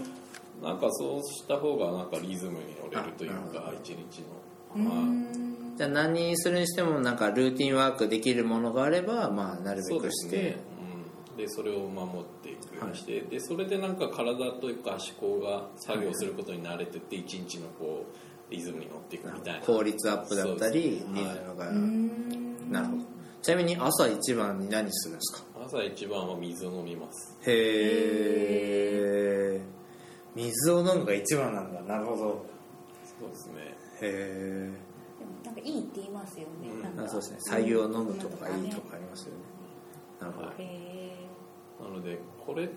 なんかそうした方がなんかリズムに乗れるという
あな
か
る
一日
うー
の、はい
ん
じゃあ何にするにしてもなんかルーティンワークできるものがあればまあなるべ
そう
く
で
し
す
て、
ね、うん、でそれを守っていくようにして、でそれでなんか体というか思考が作業することに慣れてって一日のこうリズムに乗っていくみたいな
効率アップだったり
そう
リ
です
ズ
ね
ムが、
うーん
なるほどちなみに朝一番に何するんですか
朝一番は水を飲みます
へえ水を飲むが一番なんだなるほど
そうですね
へ
でもなんかいいって言いますよね、
うん
なん
え
か
そうですね白湯を飲むとか
うん
いいとかありますよねなるほど
はい
へえ
なのでこれ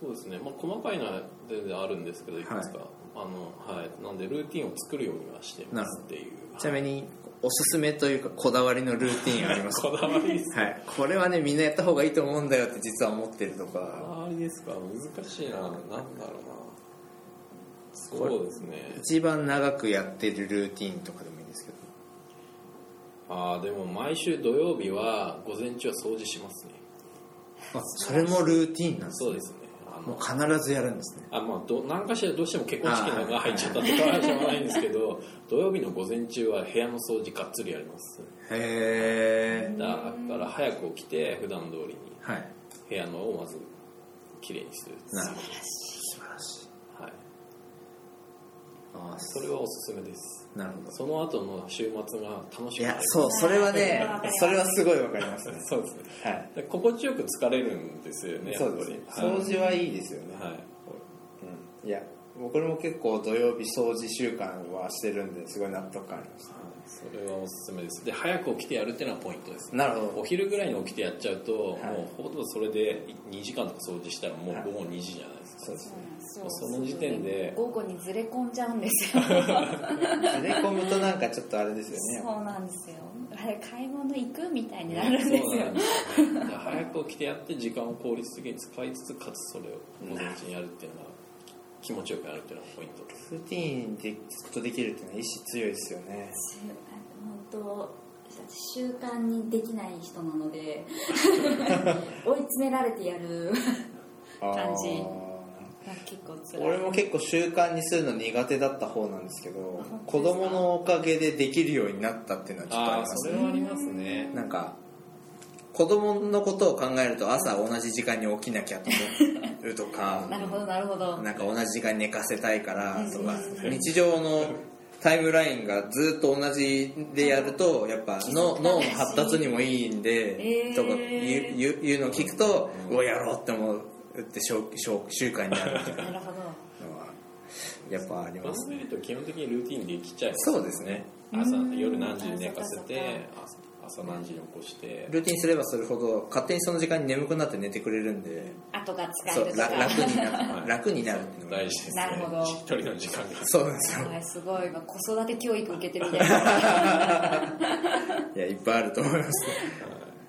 そうですね、まあ、細かいのは全然あるんですけどいくつか、あのはいなのでルーティンを作るようにはしてますっていう
ちなみにおすすめというかこだわりのルーティンありますか
こだわりです
はいこれはねみんなやった方がいいと思うんだよって実は思ってると
こだ
か
わりですか難しいななんだろうなそうですね
一番長くやってるルーティンとかでもいいですけど
ああでも毎週土曜日は午前中は掃除しますね
あそれもルーティンなんです
そう
ね
ですねあ
も
の
う必ずやるんですね
あまあ、ど何かしらどうしても結婚式のが入っちゃったとかはしょうがないんですけど土曜日の午前中は部屋の掃除がっつりやります
へえ
だから早く起きて普段通りに
はい
部屋のをまずきれいにする
なるほど素晴らしい
はい
あー
それはおすすめです
なるほど
その後の週末が楽し
い
くな
や
る
そうそれはねそれはすごいわかりますね
そうですね
はい
で心地よく疲れるんですよねやっぱ
そ
り
うですね
はい
掃除はいいですよね、
はい
うん、いや僕も結構土曜日掃除習慣はしてるんですごい納得感ありまし
それはおすすめですで早く起きてやるっていうのはポイントです
たなるほ
お
ど
昼ぐらいに起きてやっちゃうと、
い
もうほとんどそれで2時間とか掃除したらもう午後2時じゃないですか、
そうですね
そ
その時点で
午後にずれ込んじゃうんです よ
ずれ込むとなんかちょっとあれですよね
そうなんですよあれ買い物行くみたいになるんです
そうな
よ
んですよねだから早く起きてやって時間を効率的に使いつつかつそれを午前中にやるっていうのが気持ちよくやるっていうのがポイントです
ルーティーンでずっとできるっていうのは意志強いですよね
本当習慣にできない人なの で追い詰められてやる
あー
感じが結構辛い
俺も結構習慣にするの苦手だった方なんですけど
本当
子
ですか
供のおかげでできるようになったっていうのはちょっとあり
ああ
ます
そ
ね
れはありますね
なんか子供のことを考えると朝同じ時間に起きなきゃと思うとか
なるほどなるほど
なんか同じ時間に寝かせたいからとか
うん
日常のタイムラインがずっと同じでやるとやっぱ脳脳の発達にもいいんで
えー
とか言う言う言うのを聞くとうわやろうって思うって習習習慣になるみたいな
なるほど
のはやっぱあり
マ
ます
ス
ね
メリと基本的にルーティンできちゃいます
そうですね
朝
うん
夜何時に寝かせて
あ
朝朝何時に起こして
ルーティンすればするほど勝手にその時間に眠くなって寝てくれるんで
後が使
そ
える
う
と
ら
か
楽にな
は
る
い
楽になるっていうのが
大事ですね
なるほど
しっとりの時間が
そうなんですよ
はいすごい今子育て教育受けてるみたいな
いやいっぱいあると思います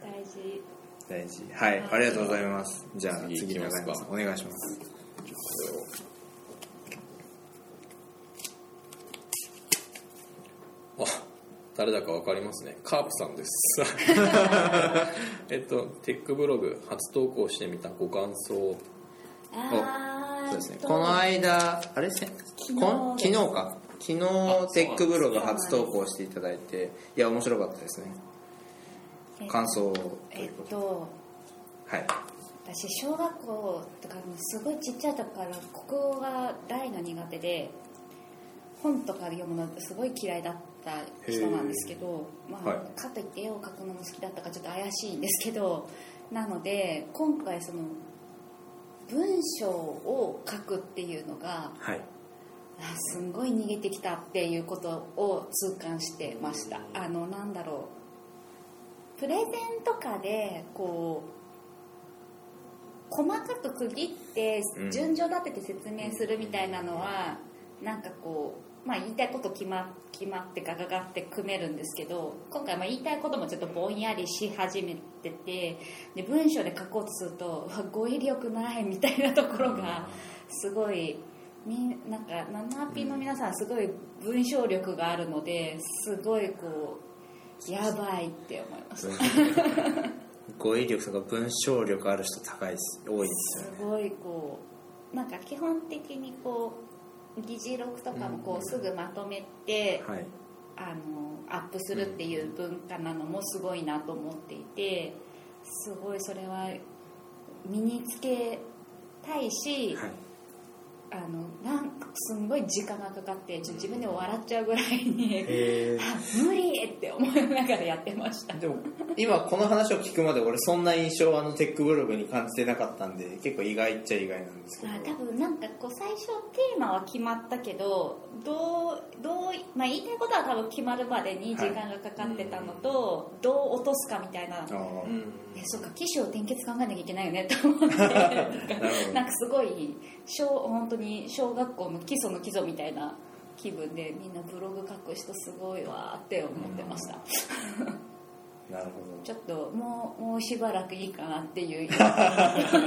大事
大事はいありがとうございますじゃあ
次
次
行
の
きますか
方お願いします
あ誰だか分かりますねカープさんです えっとテックブログ初投稿してみたご感想
ああ
そうですねこの間あれせこん昨
昨日
日か昨日テックブログ初投稿していただいていや面白かったですね感想を
えっと
はい
私小学校とかもうすごいちっちゃい時から国語が大の苦手で本とか読むのすごい嫌いだった人なんですけど、まあ
はい
かといって絵を描くのも好きだったからちょっと怪しいんですけど なので今回その文章を書くっていうのが
はい
あすんごい逃げてきたっていうことを痛感してましたあのなんだろうプレゼンとかでこう細かく区切って
うん
順序立てて説明するみたいなのは、なんかこう、まあ、言いたいこと決ま決まってガガガって組めるんですけど今回まあ言いたいこともちょっとぼんやりし始めててで文章で書こうとするとうわ語彙力ないみたいなところが。すごいみなんかナナピの皆さんすごい文章力があるのですごいこうやばいって思います
語彙力とか文章力ある人高いです多いですよ
す
ね
ごいこうなんか基本的にこう議事録とかもこうすぐまとめて
はい
あのアップするっていう文化なのもすごいなと思っていてすごいそれは身につけたいし、
はい
あのなんかすんごい時間がかかってちょっと自分でも笑っちゃうぐらいに
え
あ無理って思いながらやってました
でも今この話を聞くまで俺そんな印象はあのテックブログに感じてなかったんで結構意外っちゃ意外なんですけど
あ多分なんかこう最初テーマは決まったけどどうどう、まあ、言いたいことは多分決まるまでに時間がかかってたのと、どう落とすかみたいな、
あ
えそうか起承転結考えなきゃいけないよねと思って
あなるほど
なんかすごい小本当に小学校の基礎の基礎みたいな気分でみんなブログ書く人すごいわーって思ってました、
なるほ
ちょっともうもうしばらくいいかなっていう
どちょっと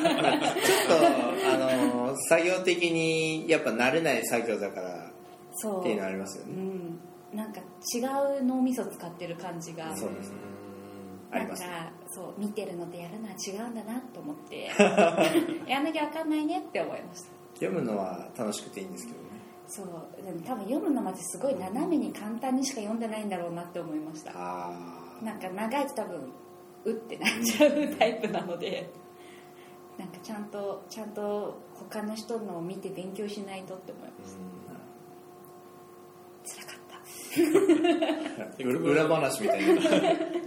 あの作業的にやっぱ慣れない作業だから
そう
っていうのありますよ
う
ね
ん、なんか違う脳みそ使ってる感じが
そうですねあ
な
り
んか
ます
そう見てるのとやるのは違うんだなと思って やんなきゃ分かんないねって思いました
読むのは楽しくていいんですけどね
そうでも多分読むのまですごい斜めに簡単にしか読んでないんだろうなって思いました
ああ
なんか長いと多分うってなっちゃうタイプなのでなんかちゃんとちゃんと他の人のを見て勉強しないとって思います
裏
裏話みたいな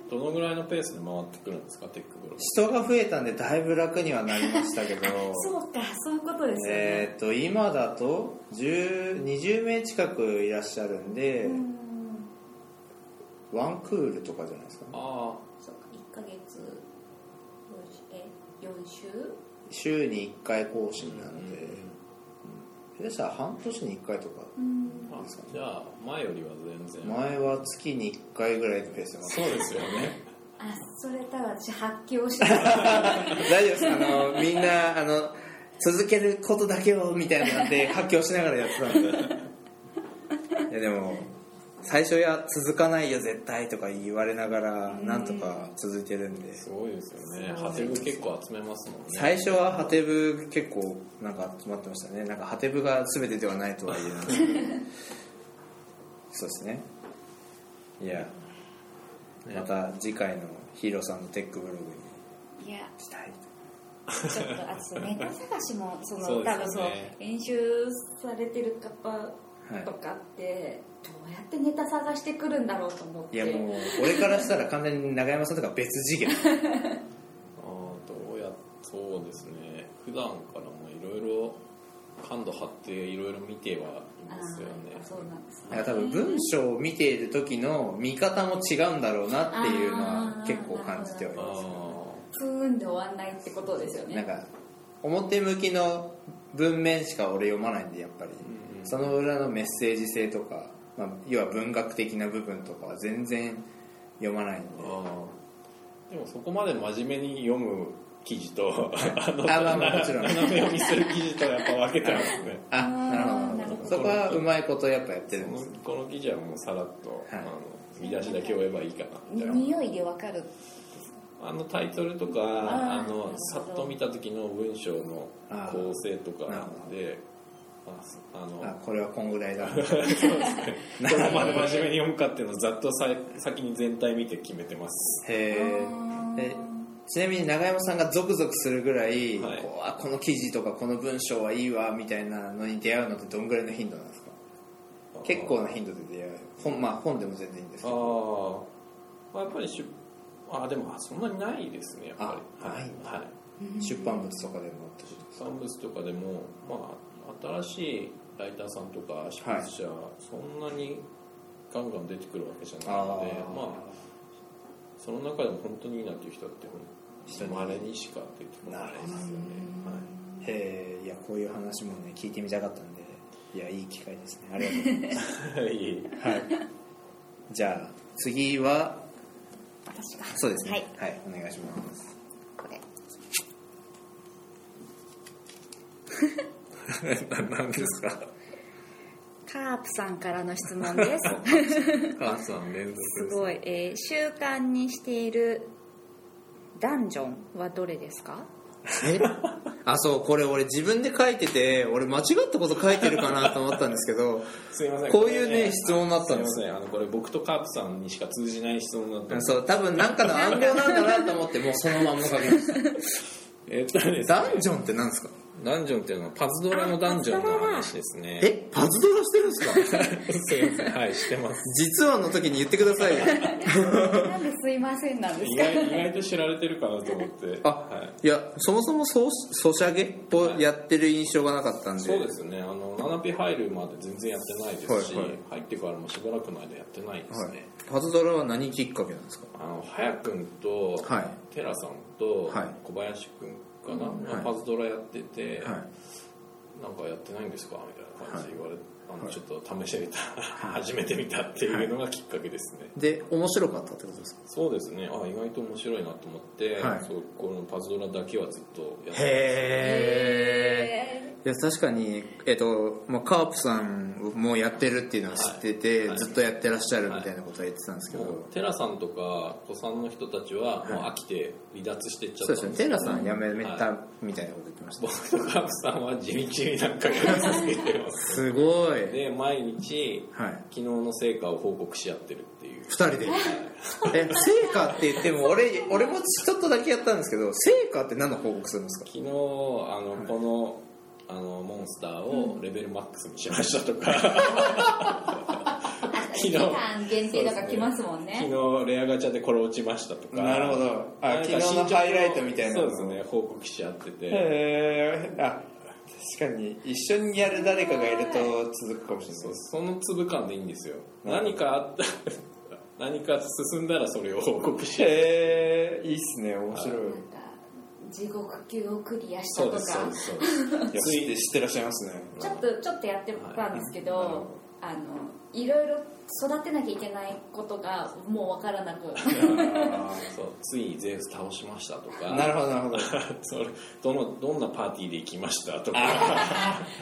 どのぐらいのペースで回ってくるんですかテックブログ
人が増えたんでだいぶ楽にはなりましたけど
そうかそういうことですよね、
えっと今だと10 20名近くいらっしゃるんで、
うん
ワンクールとかじゃないですか、ね、
あ
そうか1ヶ月よしえ4週
週に1回更新な
あ
ので、下手したら半年に1回とか
うん
あじゃあ前よりは全然
前は月に1回ぐらいのペースで回って
そうです よね
あそれただ私発狂 してた
大丈夫ですあのみんなあの続けることだけをみたいなんで発狂しながらやってたん でいやでも最初や続かないよ絶対とか言われながらなんとか続いてるんです
ごいですよね
そう
ハテブ結構集めますもんね
最初はハテブ結構なんか集まってましたねなんかハテブが全てではないとは言えないですけどそうですねいや
ね
また次回のヒーローさんのテックブログに
いや
期待
ちょっと私ネタ探しもその
そうですよね
多分そう練習されてる方とかって、どうやってネタ探してくるんだろうと思って
いやもう俺からしたら完全に永山さんとか別次元
あーどうやそうですね普段からもいろいろ感度張っていろいろ見てはい
あー
ますよね
そうなんですね
なんか多分文章を見ている時の見方も違うんだろうなっていうのは結構感じており
あ
ます
プーンで終わんないってことですよね
なんか表向きの文面しか俺読まないんでやっぱり、
うんうん
その裏のメッセージ性とか、まあ、要は文学的な部分とかは全然読まないんで
ーあーでもそこまで真面目に読む記事 と あの
あまあまあもちろん
斜め読みする記事とやっぱ分けてますね
あ
あー
なるほど
なる
そ
ほど
こはうまいことやっぱやってるんです
そのこの記事はもうさらっと、あの見出しだけ追えばいいかなみ
に
たいな
匂いでわかる
あのタイトルとか
あーな
あの
るほど
さっと見た時の文章の構成とかなんであそあの
あこれはこんぐらいだ
どこまで真面目に読むかっていうのをざっとさ先に全体見て決めてます
へ
あー
ーえちなみに永山さんがゾクゾクするぐらい、
はい
こうあこの記事とかこの文章はいいわみたいなのに出会うのってどんぐらいの頻度なんですか結構な頻度で出会う本,、まあ、本でも全然いいんですけど
ああ、まあ、やっぱりしゅあーでもそんなにないですねやっぱ
あ
りはい、
ないんだ
はい、
出版物とかでもってこと
産物とかでもまあ新しいライターさんとか執筆者、そんなにガンガン出てくるわけじゃないので
あー
まあその中でも本当にいいなっていう人って
人に
まれにしか出てこないですよねはい
へえいやこういう話もね聞いてみたかったんでいやいい機会ですねありがとう ございます
はい
はいじゃあ次は
私が
そうですね
はい
はい、お願いします
これ
何ですか
カープさんからの質問です
母さん連続です
すごい、えー習慣にしているダンジョンはどれですか
えあそうこれ俺自分で書いてて俺間違ったこと書いてるかなと思ったんですけど
すいません
こういう
れ
ね質問だったんです
すいませんあのこれ僕とカープさんにしか通じない質問だったんです
そう多分なんかの暗号なんだなと思ってもうそのまんま書きました
えっとですね
ダンジョンって何ですか
ダンジョンっていうのはパズドラのダンジョンの話ですね
えパズドラしてるんですか
すいませんはいしてます
実はの時に言ってくださいよ
なんですいませんなんです
意
か
外意外と知られてるかなと思って
あ、
は
い、
い
やそもそもソソシャゲをやってる印象がなかったんで、
そうですねあのナナピ入るまで全然やってないですし、
はいはい
入ってからもしばらくの間やってないです
は
ね
い、、パズドラは何きっかけなんですか
あの早くんと、
は
テラさんと
はい
小林くんかな、
はい
パズドラやってて、
いはい
なんかやってないんですかみたいな感じで言われ、あの
はい
ちょっと試してみた、始めてみたっていうのがきっかけですね、
で面白かったってことですか
そうですねあ意外と面白いなと思って、
はい
そうこのパズドラだけはずっとやって
へえいや確かに、えっとまあ、カープさんもやってるっていうのは知ってて、
はい
ずっとやってらっしゃるみたいなことは言ってたんですけど、
もうテラさんとか子さんの人たちは
はい
もう飽きて離脱してっちゃ
そう
っ
で
た
す
ん
ね
です
テ
け
ラ
ど
さん辞め
はい
たみたいなこと言ってました、
僕とカープさんは地道になんかやり続けてます
すごい、
で毎日
はい、
昨日の成果を報告し合ってるっていう
2人でえ成果って言っても俺俺もちょっとだけやったんですけど成果って何の報告するんですか
昨日あの、この あのモンスターをレベルマックスにしましたとか、昨
期
日
間限定とか来ますもんね
昨日レアガチャでこれ落ちましたとか
なるほどあ
なん
昨
か
日の
進捗
ハイライトみたいな
そうですね報告し合ってて
へえあ確かに一緒にやる誰かがいると続くかもしれない
そう
です
その粒感でいいんですよ
なる
何かあった 何か進んだらそれを報告し合う
へえいいっすね面白い
なんか地獄級をクリアした
そ
と
うですそう
か
ですそうです
いや知って知ってらっしゃいますね
ちょっとちょっとやってたんですけど、
はい
あのいろいろ育てなきゃいけないことがもう分からなく
そうついにゼウス倒しましたとか
なるほどなるほど
それどのどんなパーティーで行きましたとか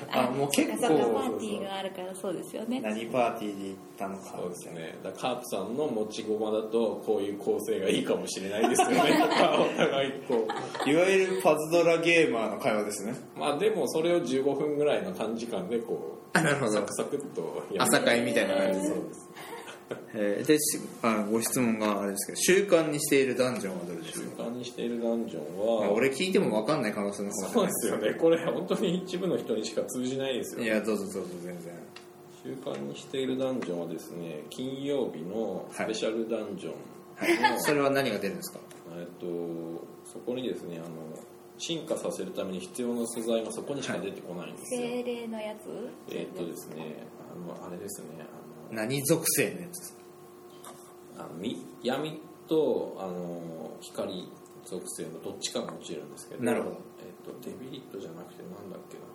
あもう結構
そっかパーティーがあるからそうですよね
何パーティーで行ったのか
そうですねだからカープさんの持ち駒だとこういう構成がいいかもしれないです よねとかお互いこ
いわゆるパズドラゲーマーの会話ですね
うまあでもそれを15分ぐらいの短時間でこう
あなるほど
サクサクっとやる
朝会みたいな感じ
そうです
えーでしあご質問があれですけど習慣にしているダンジョンはどれです
習
か
慣にしているダンジョン
まあ
は
俺聞いても分かんない可能性の方
そうですよねこれ本当に一部の人にしか通じないですよ
いやどうぞどうぞ全然
習慣にしているダンジョンはですね金曜日のスペシャルダンジョ ン、
はいそれは何が出るんですか
えっと、そこにですねあの進化させるために必要な素材がそこにしか出てこないんですよ、
精霊のやつ
えっとですねあのあれですね
何属性のやつですか
あのあのみ闇とあの光属性のどっちかが用いるんですけど
なるほど、
えっと、デビリットじゃなくてなんだっけな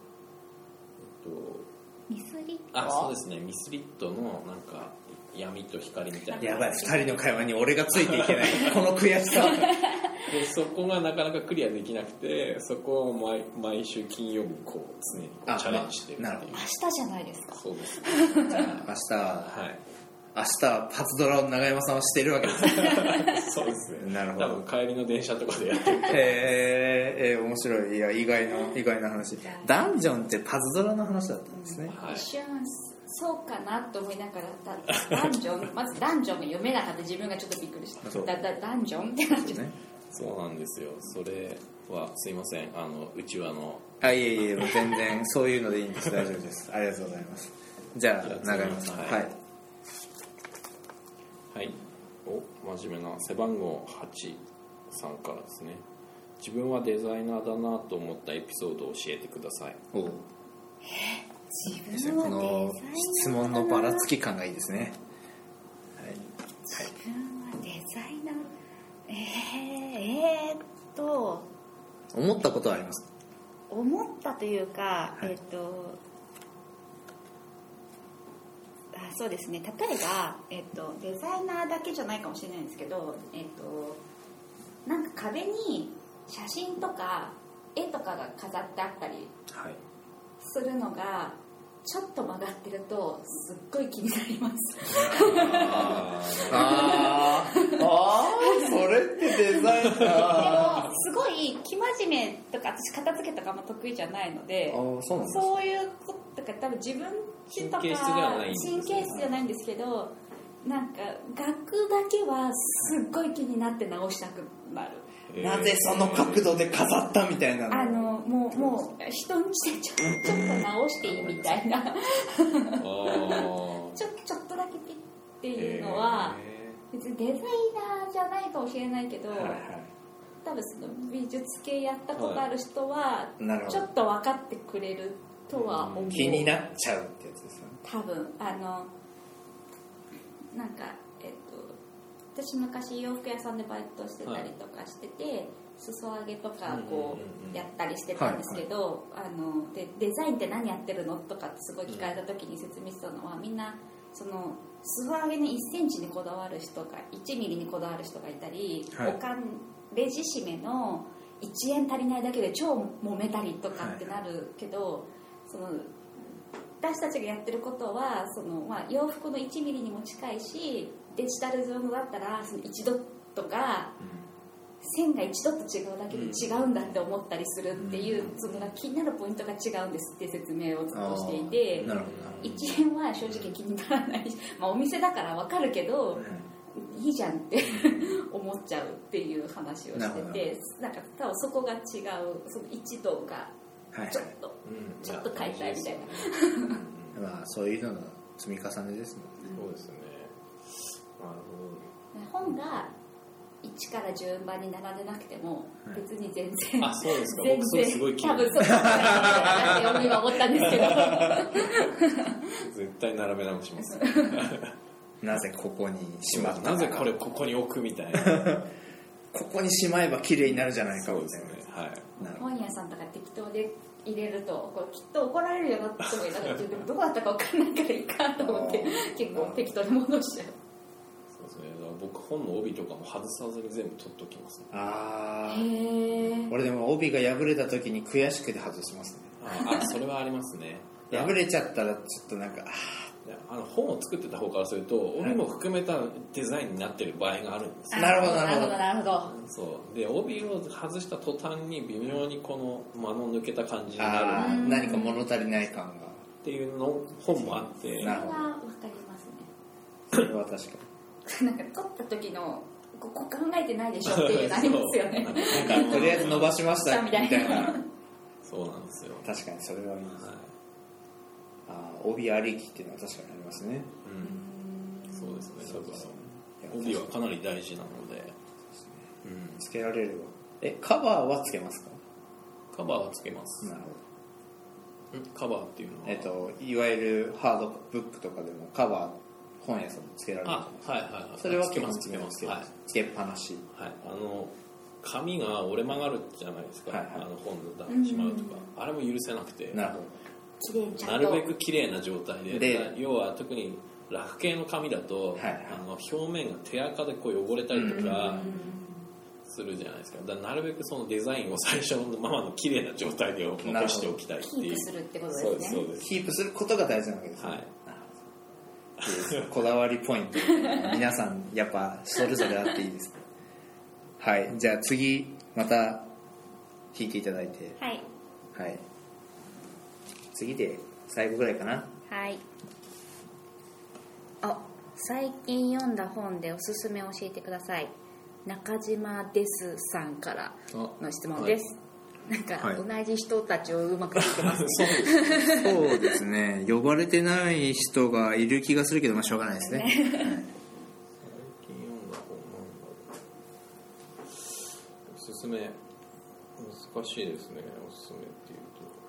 えっと
ミスリ
あそうですねミスリットのなんか闇と光みたいな
やばい2人の会話に俺がついていけない この悔しさ
でそこがなかなかクリアできなくてそこを毎毎週金曜日にこう常にこ
あ
うチャレンジしてるっていう、
なるほど
明日じゃないですか
そうですね
明日
はい
明日パズドラを長山さんはしてるわけですね
そうですね
なる
多
ほど
分帰りの電車とかでやってる
へえー面白いいや意外な意外な話ダンジョンってパズドラの話だったんですね
はい
一瞬そうかなと思いながらだダンジ ョンまずダンジョンが読めなかった自分がちょっとびっくりした
そう
だだダンジョンってなっちゃった
ね
そうなんですよそれはすいませんあのうちわの
あいえいえもう全然そういうのでいいんです大丈夫ですありがとうございますじゃあ長山さん
はい
はい
はいお真面目な背番号8さんからですね自分はデザイナーだなと思ったエピソードを教えてください
おう
自
こ
分は
の
デザイナーだな
質問のばらつき感がいいですね
自分はデザイナーえー、えー、っと
思ったことはあります
思ったというか、
はい
えっ、とあそうですね例えば、えっとデザイナーだけじゃないかもしれないんですけど、えっとなんか壁に写真とか絵とかが飾ってあったり
はい
するのがちょっと曲がってるとすっごい気になります。
あー
あーあーそれってデザイナ
で
ーあ
もすごい生真面目とか私片付けとかも得意じゃないので。
ーそうなんです
そういうことか多分自分ちとか
神経質ではないんですね
神経質じゃないんですけどなんか額だけはすっごい気になって直したくなる、
えー
なぜその角度で飾ったみたいな
あのもうもう人にしてちょちょっと直していいみたい な
あー
ちょちょっとだけピッっていうのは、
え
別にデザイナーじゃないかもしれないけど、
ーはいはい
多分その美術系やったことある人は、
なるほ
ちょ
ど
っと分かってくれるとは思う、
気になっちゃうってやつですね
多分あのなんかえっと私昔洋服屋さんでバイトしてたりとかしてて、裾上げとかこ
うんうんうん
うやったりしてたんですけど、あのでデザインって何やってるのとかってすごい聞かれた時に説明してたのは、みんなその裾上げに1センチにこだわる人が1ミリにこだわる人がいたり、
はい
おかんレジ締めの1円足りないだけで超揉めたりとかってなるけど、その私たちがやってることはその、まあ、洋服の1ミリにも近いしデジタル上のだったらその1度とか線が1度と違うだけで違うんだって思ったりするっていう、その気になるポイントが違うんですって説明をずっとしていて
あーなるほどなるほど
1円は正直気にならないし、まあ、お店だからわかるけど、いいじゃんって 思っちゃうっていう話を
な
し
るほど
ててなんか多分そこが違うその1度が
はいはい
ちょっと、
うん
ちょっと変えたいみたいな
や大事ですね
まあそういうのの積み重ねですもんね
そうですねなるほど
本
ね
が1から順番に並んでなくても
はい
別に全然、
あそうですか
全
僕それすごい
然
気
多
にな
分
る
そうだなって読みは思ったんですけ ど
絶対並べ直します
なぜここにしまったのか
なぜこれここに置くみたいな
ここにしまえば綺麗になるじゃないか
そう
み
で
た
す
い
ね
な
はい
なるほど
本屋さんとか適当で入れるとこうきっと怒られるよなって思いながらでもどこだったか分かんないからいいかと思って結構適当に戻しちゃう
そうですねだから僕本の帯とかも外さずに全部取っときますね
あー
へえ
俺でも帯が破れた時に悔しくて外しますね
ああそれはありますね
破れちゃったらちょっとなんかあ
いやあの本を作ってた方からすると帯も含めたデザインになってる場合があるんですよ
なるほど
なるほどなるほど
そうで帯を外した途端に微妙にこの間の抜けた感じに
ーあ
なる
ー何か物足りない感が
っていうの本もあって
それは分かりますね
それは確か
なんか撮った時のここ考えてないでしょっていうのありますよね
に なんかとりあえず伸ばしま したみ
み
た
た
い
い
な
な
そうなんですよ、
確かにそれはいいです
はい
あー帯ありきっていうのは確かにありますね
うん、そうですねだから
いや
帯はかなり大事なので、うん、
つけられればえカバーはつけますか
カバーはつけます、
なるほど
んカバーっていうのは
えっといわゆるハードブックとかでもカバー本屋さんにつけられるじゃない
あ
ですか
はいはいはい
それは
つけますつけますはい、
つけっぱなし
はい、あの紙が折れ曲がるじゃないですか、
はいはい
あの本の段にしまうとか、あれも許せなくて
なるほど
綺麗にちゃ
なん
と
るべく綺麗な状態で
で
だ要は特にラフ系の紙だと、
はいはい
あの表面が手垢でこう汚れたりと
う
か
ん
するじゃないですかだからなるべくそのデザインを最初のままの綺麗な状態で残しておきたいって
キー
いう
プするってこと
そう
で
ですす
ね
そうです
キープすることが大事なわけですね
はい
なるほどいいですねこだわりポイント皆さんやっぱそれぞれあっていいですねはいじゃあ次また弾いていただいて
はい
はい次で最後ぐらいかな
はいあ最近読んだ本でおすすめ教えてください中島ですさんからの質問です、なんか、
はい
同じ人たちをうまく見てます
そうです
そうですね呼ばれてない人がいる気がするけどまあしょうがないですね
最近読んだ本なんだろうおすすめ難しいですねおすすめっていう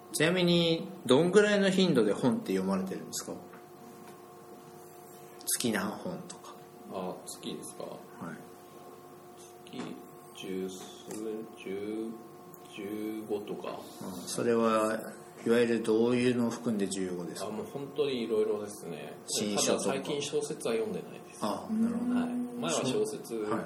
と
ちなみにどんぐらいの頻度で本って読まれてるんですか好きな本とか、
あ月ですか
はい、
月十数十十五とか
それはいわゆるどういうのを含んで15です
あ
か
もう本当にいろいろですね
新
た
書
だ
とか
最近小説は読んでないですは
あなるほど
い前は小説
はい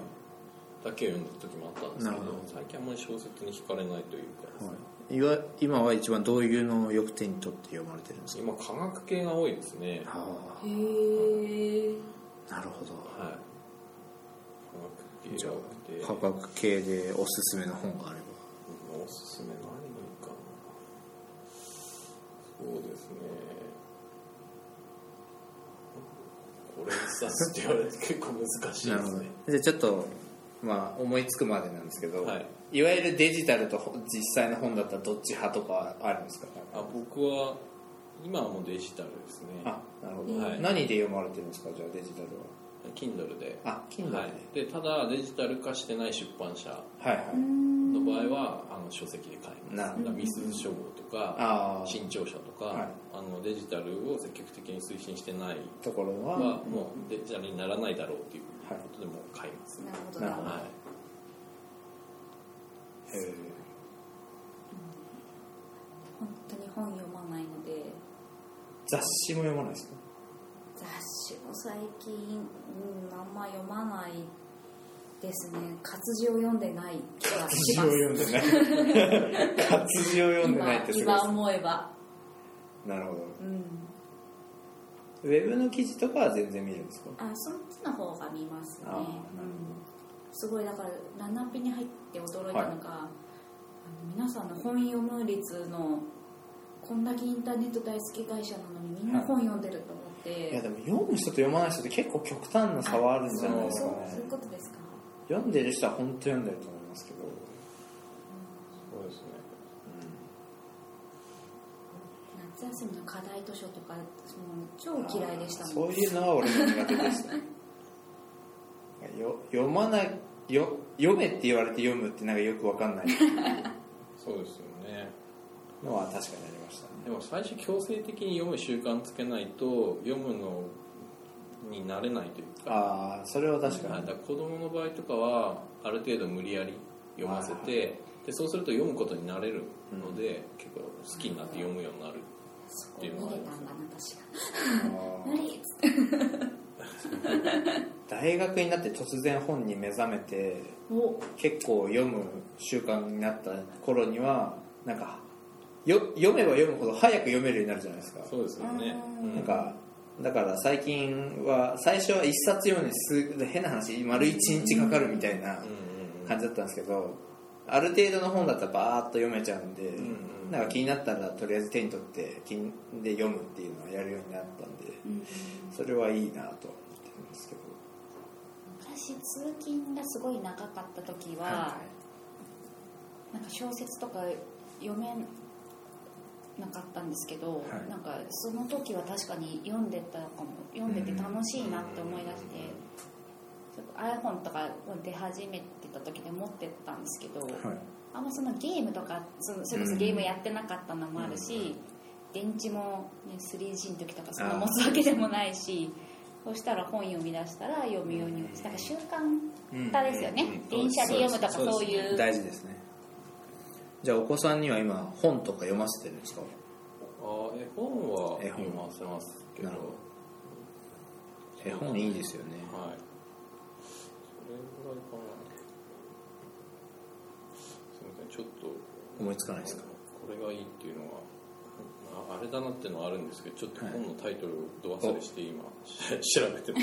だけを読んでた時もあったんですけど
なるほど
最近あんまり小説に惹かれないというかですね、
はいいわ今は一番どういうのをよく手に取って読まれてるんですか
今科学系が多いですね
あ
へえ
あなるほど
はい科学系
じゃ
が
あ
多くて
科学系でおすすめの本があれ
おすすめ何がいいかなそうですねこれ一冊って言われて結構難しい
ば
ですね
じゃあちょっとまあ思いつくまでなんですけど、
はい、
いわゆるデジタルとほ実際の本だったらどっち派とかはあるんですか
あ僕は今はもうデジタルですね
あなるほど、
はい
何で読まれてるんですかじゃあデジタル
Kindle で
はあ Kindle で、
はい、でただデジタル化してない出版社
はいはい、
の場合はあの書籍で買います
なるほど
だからミス書房とか
ああ
新潮社とか、
はい
あのデジタルを積極的に推進してない
ところは、
はもうデジタルにならないだろうということでもう買います、
なるほど
なる
な
ほ
る
ど
ほど
はい
え
本当に本読まないので
ー雑誌も読まない ですか
雑誌も最近、うん、あんま読まないですね活字を読んでない気が
活
し
字
ま
を
す
読んでない 活字を読んでないってすごい
今
で
今思えば
すなるほど
うん
ウェブの記事とかは全然見るんですか
あそっちの方が見ますね
あーなるほど
すごいだからラナピに入って驚いたのが、あの皆さんの本読む率のこんだけインターネット大好き会社なのにみんな本読んでると思って、
いやでも読む人と読まない人って結構極端な差はあるんじゃないですかね
そうそういうことですか
読んでる人は本当読んでると思いますけど、
そうですね
夏休みの課題図書とかその超嫌いでした
そ
もん
ういうのは俺も苦手でしたよ読 まないよ読めって言われて読むってなんかよくわかんない
そうですよね
のは確かにありましたね
でも最初強制的に読む習慣つけないと読むのになれないというか
ああそれは確
は
か
い
に
だから子供の場合とかはある程度無理やり読ませて、
はい
でそうすると読むことになれるので、結構好きになって読むようになる
そ
っ
こ
て
見
い
れ
う
た
の
ん
はあ
だ
りま
な
す
私
あ
が無
ー
理っつって
大学になって突然本に目覚めて
お
結構読む習慣になった頃にはなんかよ読めば読むほど早く読めるようになるじゃないですか
そうですよね
あー
うん
なんかだから最近は最初は一冊読むのにす変な話丸一日かかるみたいな
うんうん
感じだったんですけどある程度の本だったらバーッと読めちゃうんで、
んうん
なんか気になったらとりあえず手に取って気にで読むっていうのをやるようになったんで
うん
それはいいなと思ってるんですけど
私通勤がすごい長かった時は、なんか小説とか読めなかったんですけど、
はい
なんかその時は確かに読んでたかも読んでて楽しいなって思い出して、ちょっと iPhone とか出始めてた時で持ってたんですけど、
はい
あんまそのゲームとかそのそれこそゲームやってなかったのもあるし、電池も、ね、3G の時とかそんな持つわけでもないしそしたら本読み出したら読むようになってだから習慣化ですよね、
うんうんうん
電車で読むとか
そうです
そういう
大事ですねじゃあお子さんには今本とか読ませてるんですか
あー絵本は
絵本
読ませますけど
なるほ絵本いいですよね
はいそれぐらいかなすみませんちょっと
思いつかないですか
これがいいっていうのはああれだなっていうのはあるんですけどちょっと本のタイトルをど忘れして今調べてま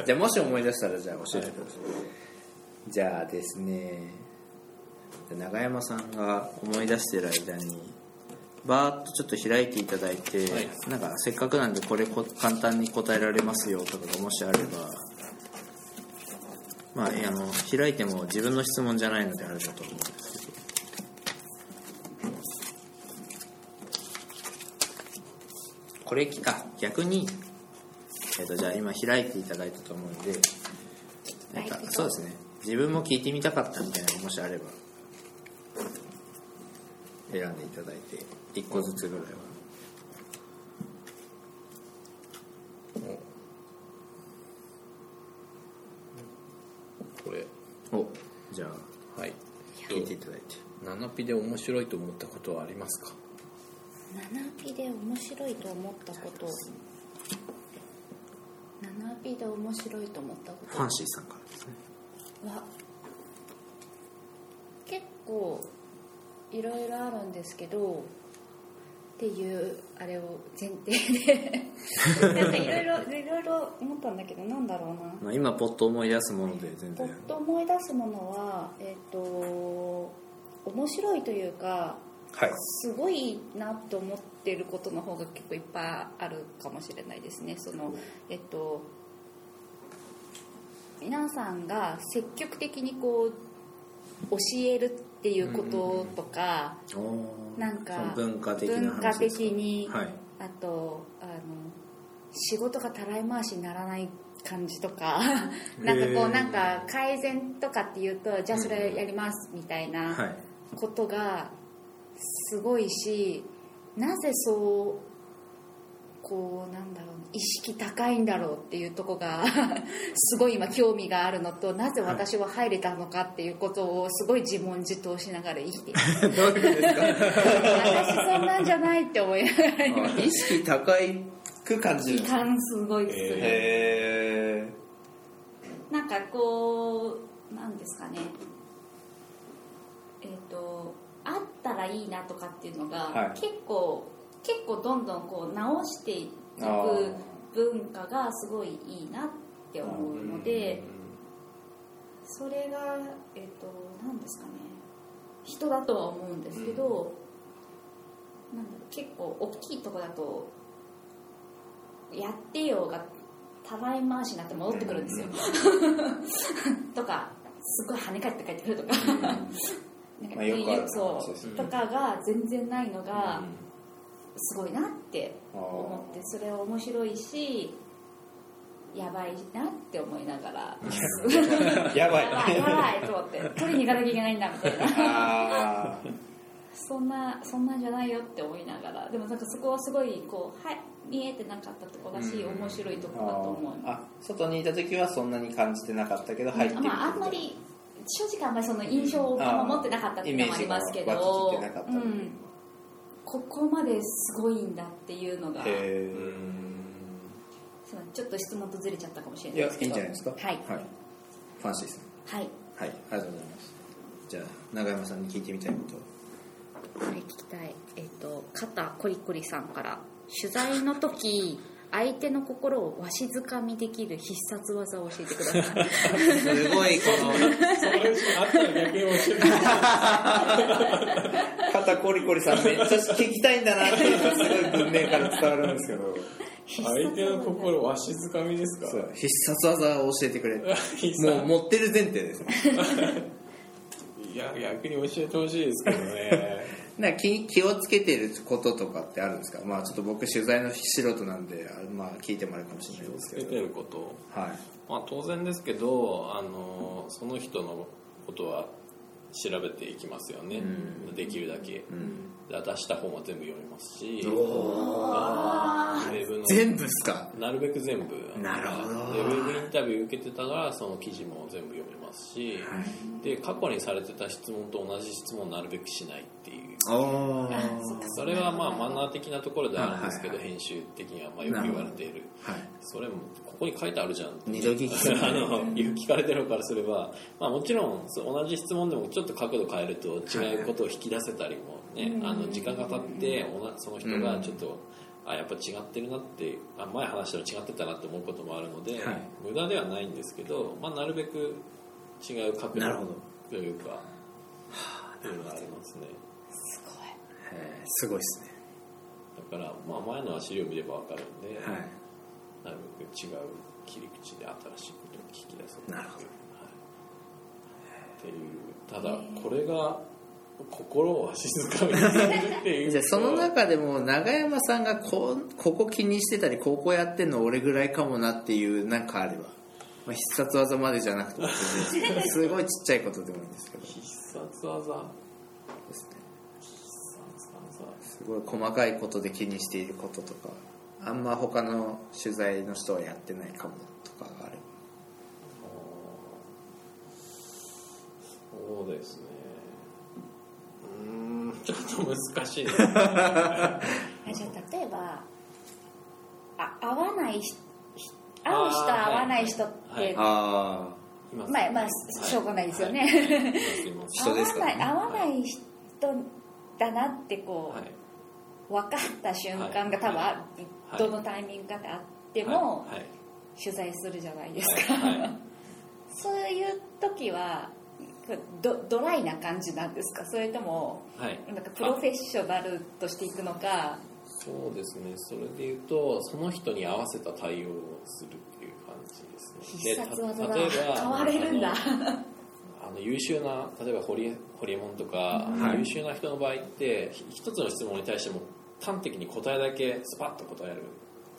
す
じゃあもし思い出したらじゃあ教えてください、じゃあですねじゃあ永山さんが思い出してる間にバーッとちょっと開いていただいて、
はい
なんかせっかくなんでこれこ簡単に答えられますよとかがもしあればまああの開いても自分の質問じゃないのであれだと思うんですけどこれきあ逆に、えっとじゃあ今開いていただいたと思うんでなんか
はい
そうですね自分も聞いてみたかったみたいなのがもしあれば選んでいただいて一個ずつぐらいは
これ
おじゃあ
はい
聞いていただいて
七ピで面白いと思ったことはありますか
7ピで面白いと思ったこと7ピで面白いと思ったこ
ファンシーさんからですね
とは結構いろいろあるんですけどっていうあれを前提でなんかいろいろいろいろ思ったんだけどなんだろうな
まあ、今ポッと思い出すもので全
ポ
然
ッと思い出すものはえっ、と面白いというか
はい
すごいなと思ってることの方が結構いっぱいあるかもしれないですねそのえっと皆さんが積極的にこう教えるっていうこととか、
おー
なんか
その文化的な
文化
話です
的
か
に、
はい
あとあの仕事がたらい回しにならない感じとかなんかこ
へー
うなんか改善とかっていうとじゃあそれやりますみたいな、
はい
ことがすごいしなぜそうこうなんだろう意識高いんだろうっていうとこが すごい今興味があるのとなぜ私は入れたのかっていうことをすごい自問自答しながら生きている
どういうことですか
私そんなんじゃないって思いながら今
意識高いく感じる
時間すごいする、
へえ
なんかこうなんですかねえっ、とあったらいいなとかっていうのが、
はい
結構結構どんどんこう直してい
あー
く文化がすごいいいなって思うのでそれがえっ、となんですかね人だとは思うんですけど、なんだろう結構大きいとこだとやってよがたらい回しになって戻ってくるんですよ、 とかすごい跳ね返って帰ってくるとか
うんうん
なん
ま
か
あよくある
そ
話です
う
ね
とかが全然ないのが
うん
すごいなって
あー
思ってそれは面白いしやばいなって思いながら
やばい
やばいやばいと思って取りに行かなきゃいけないんだみたいな
あー
そんなそんなんじゃないよって思いながらでもなんかそこはすごいこうはい見えてなかったとこだし、
うん
面白いとこだと思う
あー外にいた時はそんなに感じてなかったけど入ってみて
まああんまり正直あんまりその印象を持ってなかったっていうのもありますけ
イメージが湧き
ど
きってなかった
うんここまですごいんだっていうのが
へ
う
ー
ん
すいませんちょっと質問とずれちゃったかもしれない
いや
で
い
す
い
け
ん
ど
じゃないですか
はい
はい、ファンシーさん
はい
はいありがとうございますじゃあ永山さんに聞いてみたいこと
はい、聞きたい。えっ、と、肩コリコリさんから。取材の時、相手の心をわしづかみできる必殺技を教えてください。
すごいこ
それあったら逆に面白い
の 肩コリコリさんめっちゃ聞きたいんだなっていうのがすごい文明から伝わるんですけど
相手の心をわしづかみですか
そう必殺技を教えてくれ もう持ってる前提です
いや逆に教えてほしいですけどね
なんか気気をつけてることとかってあるんですかまあちょっと僕取材の素人なんであまあ聞いてもらうかもしれないですけ
出
ど
てること
はい
まあ当然ですけどあのその人のことは調べていきますよね、できるだけ、で出した本は全部読みますしあのウェブの
全部っすか
なるべく全部
なるほど
でウェブインタビュー受けてたらその記事も全部読みますし、で過去にされてた質問と同じ質問をなるべくしないっていう
おー
それはまあマナー的なところであるんですけど、
はい
編集的にはまあよく言われている
はい
それもここに書いてあるじゃんって
二度聞きする
あの聞かれてるからすれば、まあ、もちろんそう同じ質問でもちょっと角度変えると違うことを引き出せたりも、ねあの時間が経っておなその人がちょっと、あやっぱ違ってるなってあ前話したら違ってたなって思うこともあるので、
はい
無駄ではないんですけど、まあ、なるべく違う角
なるほ
度
ど
というかっていうのがありますね。
すご
えーすごいっすね
だから、まあ、前のは資料見ればわかるんで、
はい
なるべく違う切り口で新しいことを聞き出そう
なるほど
はい、っていうただこれが心をわしづかみにされるっていう
じゃあその中でも永山さんがこうここ気にしてたりここやってんの俺ぐらいかもなっていうなんかあれば、まあ、必殺技までじゃなくても全然いいですすごいちっちゃいことでもいいんですけど
必殺技
ですね
必殺技
すごい細かいことで気にしていることとかあんま他の取材の人はやってないかもとかがあれ
そうですねうーんちょっと難しいです
い。じゃあ例えば、あ合わない人、合う人合わない人って、
あーはい
ばあ
います
まあまあしょうがないですよね。
いますいます
人ですかね
合わない合わない人だなってこう、
はい
分かった瞬間が多分、
はいはい
どのタイミングかであっても、
はいはい
取材するじゃないですか、
はいはい
そういう時はドドライな感じなんですかそれとも
はい
なんかプロフェッショナルとしていくのか
そうですねそれで言うとその人に合わせた対応をするっていう感じです
必
ねで
殺技
た
だ
例えば
変われるんだ
あのあの優秀な例えばホリホリエモンとか、あの
はい
優秀な人の場合ってひ一つの質問に対しても端的に答えだけスパッと答えるん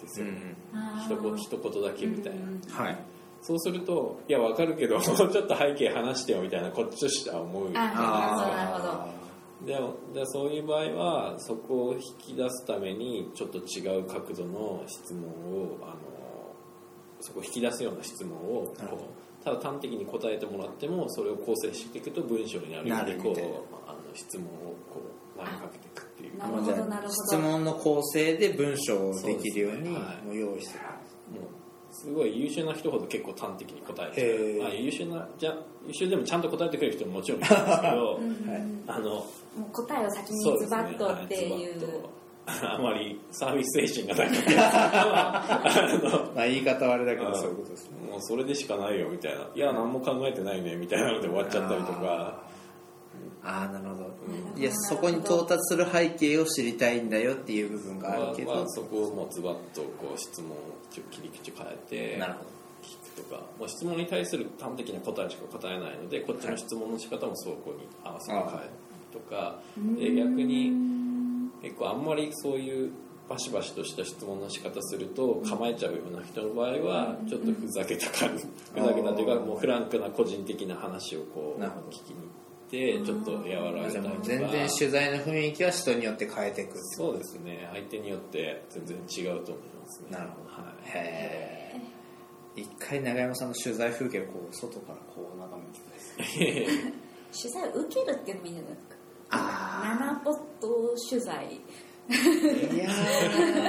ですよ、一言一言だけみたいな、
はい
そうすると「いやわかるけど ちょっと背景話してよ」みたいなこっちとしては思う
あなるほどなるほど
でもでそういう場合はそこを引き出すためにちょっと違う角度の質問をあのそこを引き出すような質問をこう
なるほど
ただ端的に答えてもらってもそれを構成していくと文章になるよう
な
に
る
こ
み
う
たいな
あの質問をこう投げかけていくっていう
な
も
るほ
まあ
ど
じゃあ
なるほど
質問の構成で文章をできるように
そうですねはい
もう用意してる
うすごい優秀な人ほど結構端的に答え
へ
て
ー
まあ優秀なじゃ優秀でもちゃんと答えてくれる人ももちろんいるんですけど
はい
あの
もう答えを先
そう
に
で
ズ
すね
バッとっていう
はズバッとあまりサービス精神がなくてあの
まあ言い方はあれだけど
うん
そういうことですね
もうそれでしかないよみたいないや何も考えてないねみたいなので終わっちゃったりとか
ああなるほど、
うん
いやそこに到達する背景を知りたいんだよっていう部分があるけど、
まあまあそこをもうズバッとこう質問をちょっと切り口変えて
なるほど
聞くとかもう質問に対する端的な答えしか答えないのでこっちの質問の仕方もそこに合わせて変えるとか、で逆に結構あんまりそういうバシバシとした質問の仕方すると構えちゃうような人の場合はちょっとふざけた感じ、
うん
ふざけたというかもうフランクな個人的な話をこう
なるほど
聞きに行ってちょっと和らげ
じ
た
ゃあ
り
も
と
う
か
全然取材の雰囲気は人によって変えていく
そうですね相手によって全然違うと思いますね
なるほど
はい
へえ一回永山さんの取材風景をこう外からこう眺めてたいですね
取材を受けるっていうのもいいんじゃないですか
あ
ナナポット取材
あいや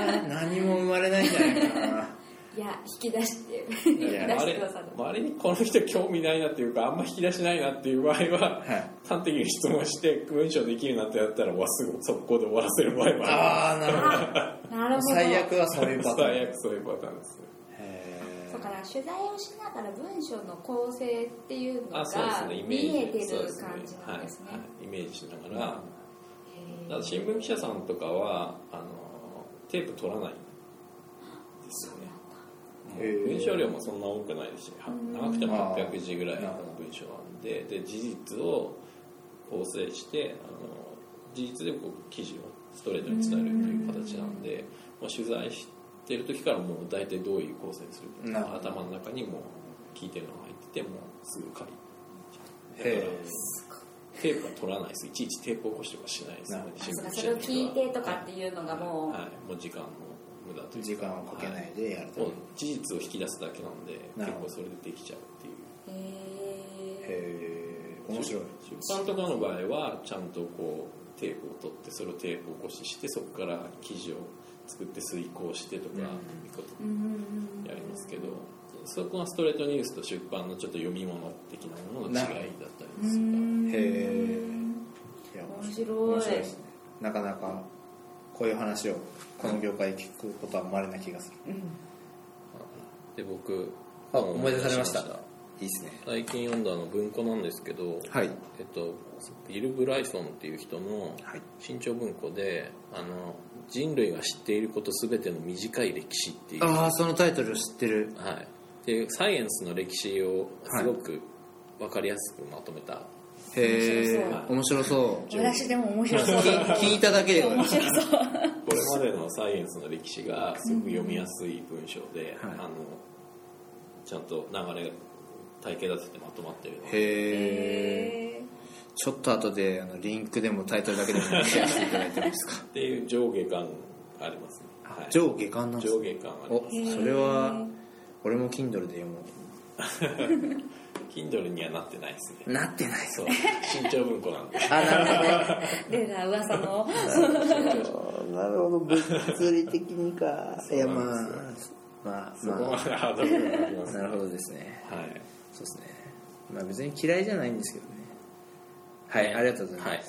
ー何も生まれないんじゃないか ない
や引き出して引き出
や
して
周り
くださる
周りにこの人興味ないなっていうかあんま引き出しないなっていう場合は、
はい
端的に質問して文章できるなってやったらわすぐ速攻で終わらせる場合もあ
ああなるほど
なるほど
最悪はそうい
る
うパターン
最悪そういうパターンですね
へー
だから取材をしながら文章の構成っていうの
あそうです
が
ねイメージ
見えてる
そうですね
感じなんですね
はいはいイメージしながら、
へー
ただ新聞記者さんとかはあのテープ取らないんですよねも
へー
う文章量もそんな多くないしは
うん
長くても800字ぐらいの文章なんでで事実を構成してあの事実でこう記事をストレートに伝えるっていう形なんでもう取材してる時からもう大体どういう構成にする
なる
か
ほど
頭の中にもう聞いてるのが入っててもうすぐ借り
へ
だからテープは取らないですいちいちテープ起こしとかしないです
なる
あそうかそれを聞いてとかっていうのがもう、
はいはい、もう時間の無駄と
ー
いう
時間をかけないでやる
は
と、
もう事実を引き出すだけなんで
なる
結
ほど
構それでできちゃうってい
へ
う
へえ面白い
出版とかの場合はちゃんとこうテープを取ってそれをテープを起こししてそこから記事を作って遂行してとか、
うん
いうこと
ーうん
やりますけどそこがストレートニュースと出版のちょっと読み物的なものの違いだった
う
りするか
ん
へえいや
面白い
面白いですねなかなかこういう話をこの業界で聞くことはまれな気がする
で僕
あ思い出されましたいいですね
最近読んだあの文庫なんですけど、
はい
えっと、ビル・ブライソンっていう人の
はい
新潮文庫で「あの人類が知っていることすべての短い歴史」っていう
ああそのタイトルを知ってる
はい、でサイエンスの歴史をすごく分かりやすくまとめた、
へえ面白そう
私でも面白そう
聞い ただけで
面白そう
これまでのサイエンスの歴史がすごく読みやすい文章で、
はい
あのちゃんと流れが体系立ててまとまってるので
へえ
へ
ちょっと後であのリンクでもタイトルだけでもシェアしていただいてもいいですか
っていう上下感ありますね、はい、上
上下巻なんですね
下感あり
お
ます
それは俺も Kindle で読も
Kindle にはなってないですね
うなってない
そう新潮文庫なんで
あなるほど
ー出た 噂の
なるほど物理的にかいやまあ まあ
そこま
ま
でハードルがありま
あ
す
なるほどですね
はい
そうですねまあ別に嫌いじゃないんですけどねはいありがとうございます、
はい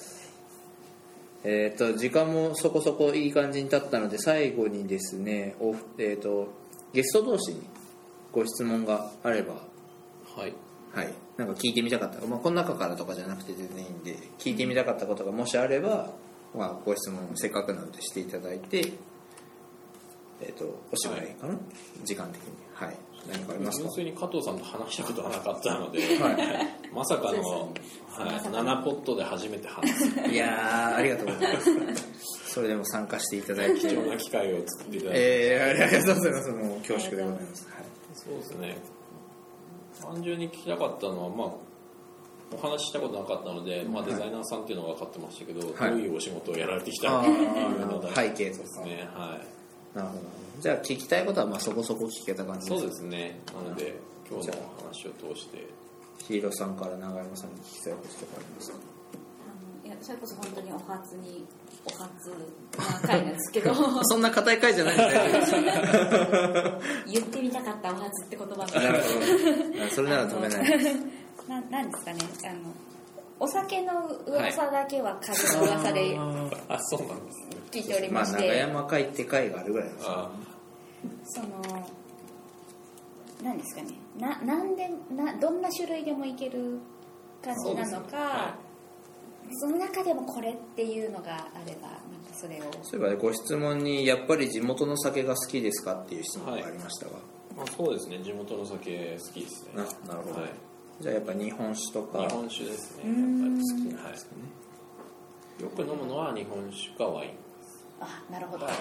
えっ、と時間もそこそこいい感じに経ったので最後にですねおえっ、とゲスト同士にご質問があれば
はい
はいなんか聞いてみたかった、まあ、この中からとかじゃなくて全然いいんで聞いてみたかったことがもしあれば、まあ、ご質問せっかくなのでしていただいてえっ、とおしまいかな、時間的にはい何かありますか
純粋に加藤さんと話したことがなかったので、
は
まさかの、
そ
は
うですね
い、7ポットで初めて話す
いいやーありがとうございますそれでも参加していただい
貴
て
重な機会を作っていただいて、
えー、ありがとうございますもう恐縮でございます、はい
そうですね単純に聞きたかったのはまあお話ししたことなかったので、まあ、デザイナーさんっていうのは分かってましたけど、
はい
どういうお仕事をやられてきたの
あ
かっていうの
ー
が
背
大事
景と
です
か、
ねはい
なるほどじゃあ聞きたいことはまあそこそこ聞けた感じ
そうですすねなので今日のお話を通して
ヒーローさんから長山さんに聞きたいこととかありますか
いやそれこそ本当にお初にお初な回なんで すけど
そんな硬い回じゃないんですね
言ってみたかったお初って言葉
なる
が
ほ どそれなら止めない
ななんですかねあのお酒の噂だけは風の噂で
あそうなんですね
聞いており
ま
ま
あ
し
長
て、
山会って回があるぐらいです
あ
その何ですかねななんでなどんな種類でもいける感じなのかそ,、の中でもこれっていうのがあればなんかそれを
そういえばご質問にやっぱり地元の酒が好きですかっていう質問がありましたが、
まあ、そうですね地元の酒好きですね
ななるほど
はい
じゃあやっぱ日本酒とか
日本酒ですね
う
やっぱ
ん
り好きなんですねよく飲むのは日本酒かワイン
あなるほど、
はい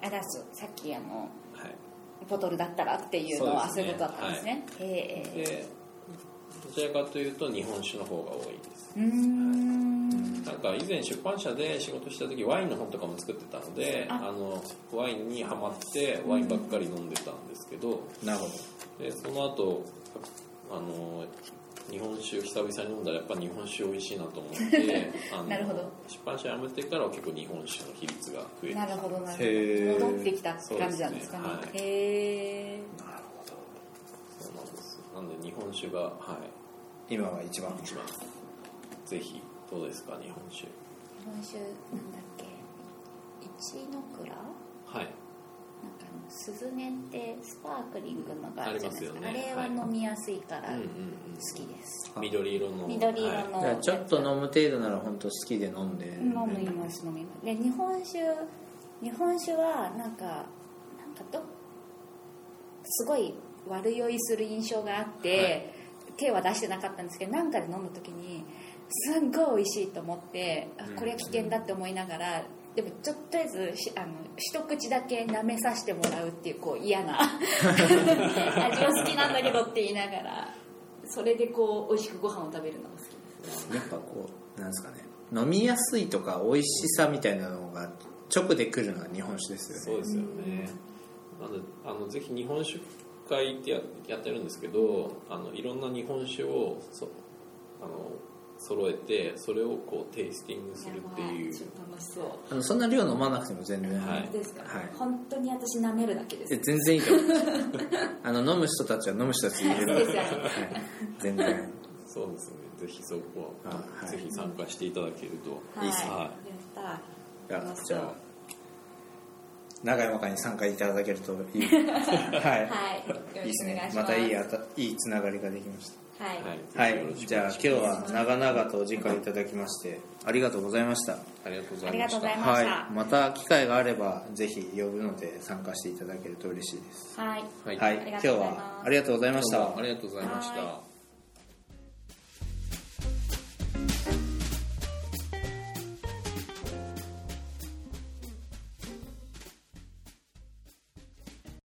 あ出すさっきあの
はい
ボトルだったらっていうのは
そ
そ
う
う
です
いう
ね
ことだったんですね、へえ
でどちらかというと日本酒の方が多いです
うーん
なんか以前出版社で仕事した時ワインの本とかも作ってたのであ
あ
のワインにはまってワインばっかり飲んでたんですけど、
なるほど
でその後あの日本酒を久々に飲んだらやっぱ日本酒美味しいなと思って あの
なるほど
出版社辞めてからは結構日本酒の比率が増えて
なるほどな
へ
る
え
ほど戻ってきたって感じなんですかね
そうですね
へえ
そうなんですなんで日本酒がはい
今は一番
一番ぜひどうですか日本酒
日本酒なんだっけ一の蔵
はい
なんかあの鈴音ってスパークリングのがあるじゃないですかあ
ありますよね
れは飲みやすいから
うんうん
好
う
きです、
ん緑色の
緑色
はい
の、
じゃあちょっと飲む程度なら本当好きで飲んで
飲みます飲みますで日本酒日本酒はなんかなんかどすごい悪酔いする印象があって、
はい
手は出してなかったんですけどなんかで飲む時にすんごい美味しいと思ってあ
うん
これは危険だって思いながら、でもちょっととりあえずしあの一口だけ舐めさせてもらうっていうこう嫌な味は好きなんだけどって言いながらそれでこう美味しくご飯を食べるのが好きです
やっぱこうなんですかね飲みやすいとか美味しさみたいなのが直で来るのは日本酒です
そう
よ
で
ね
すよね。なのであのぜひ日本酒会ってややってるんですけど、あのいろんな日本酒をそあの揃えてそれをこうテイスティングするっていう。
やば楽しそう
あのそんな量飲まなくても全然、
はい
本当ですか、
はい
本当に私舐めるだけです
え全然いいと思うあの飲む人たちは飲む人たちいるから、は
そ
い
うですよね、
全然
そうですね。ぜひそこは、
あはい
ぜひ参加していただけると。
はい、
は
やっ
いや
楽しそう
じゃあ長山会に参加いただけると いいは
たはいよ
いいいで
ろし
す
くお願いし
ね
ます
またいいあたいいつながりができまし
はい、
い。はい。
たはい
ぜひ
じゃあ
よろ
今
しく
日は長々とお時間いただきましてありがとうございました
ありがとうござ
あ
い
り
ま
が
し
とう
た
ござ。いまし
はい、また機会があればぜひ呼ぶので参加していただけると嬉しいです。
たはい、
はい
はい、
あり
今
が
日
とうございま
は
す
ありがとうございました
あ。りがとうございまし
は
た。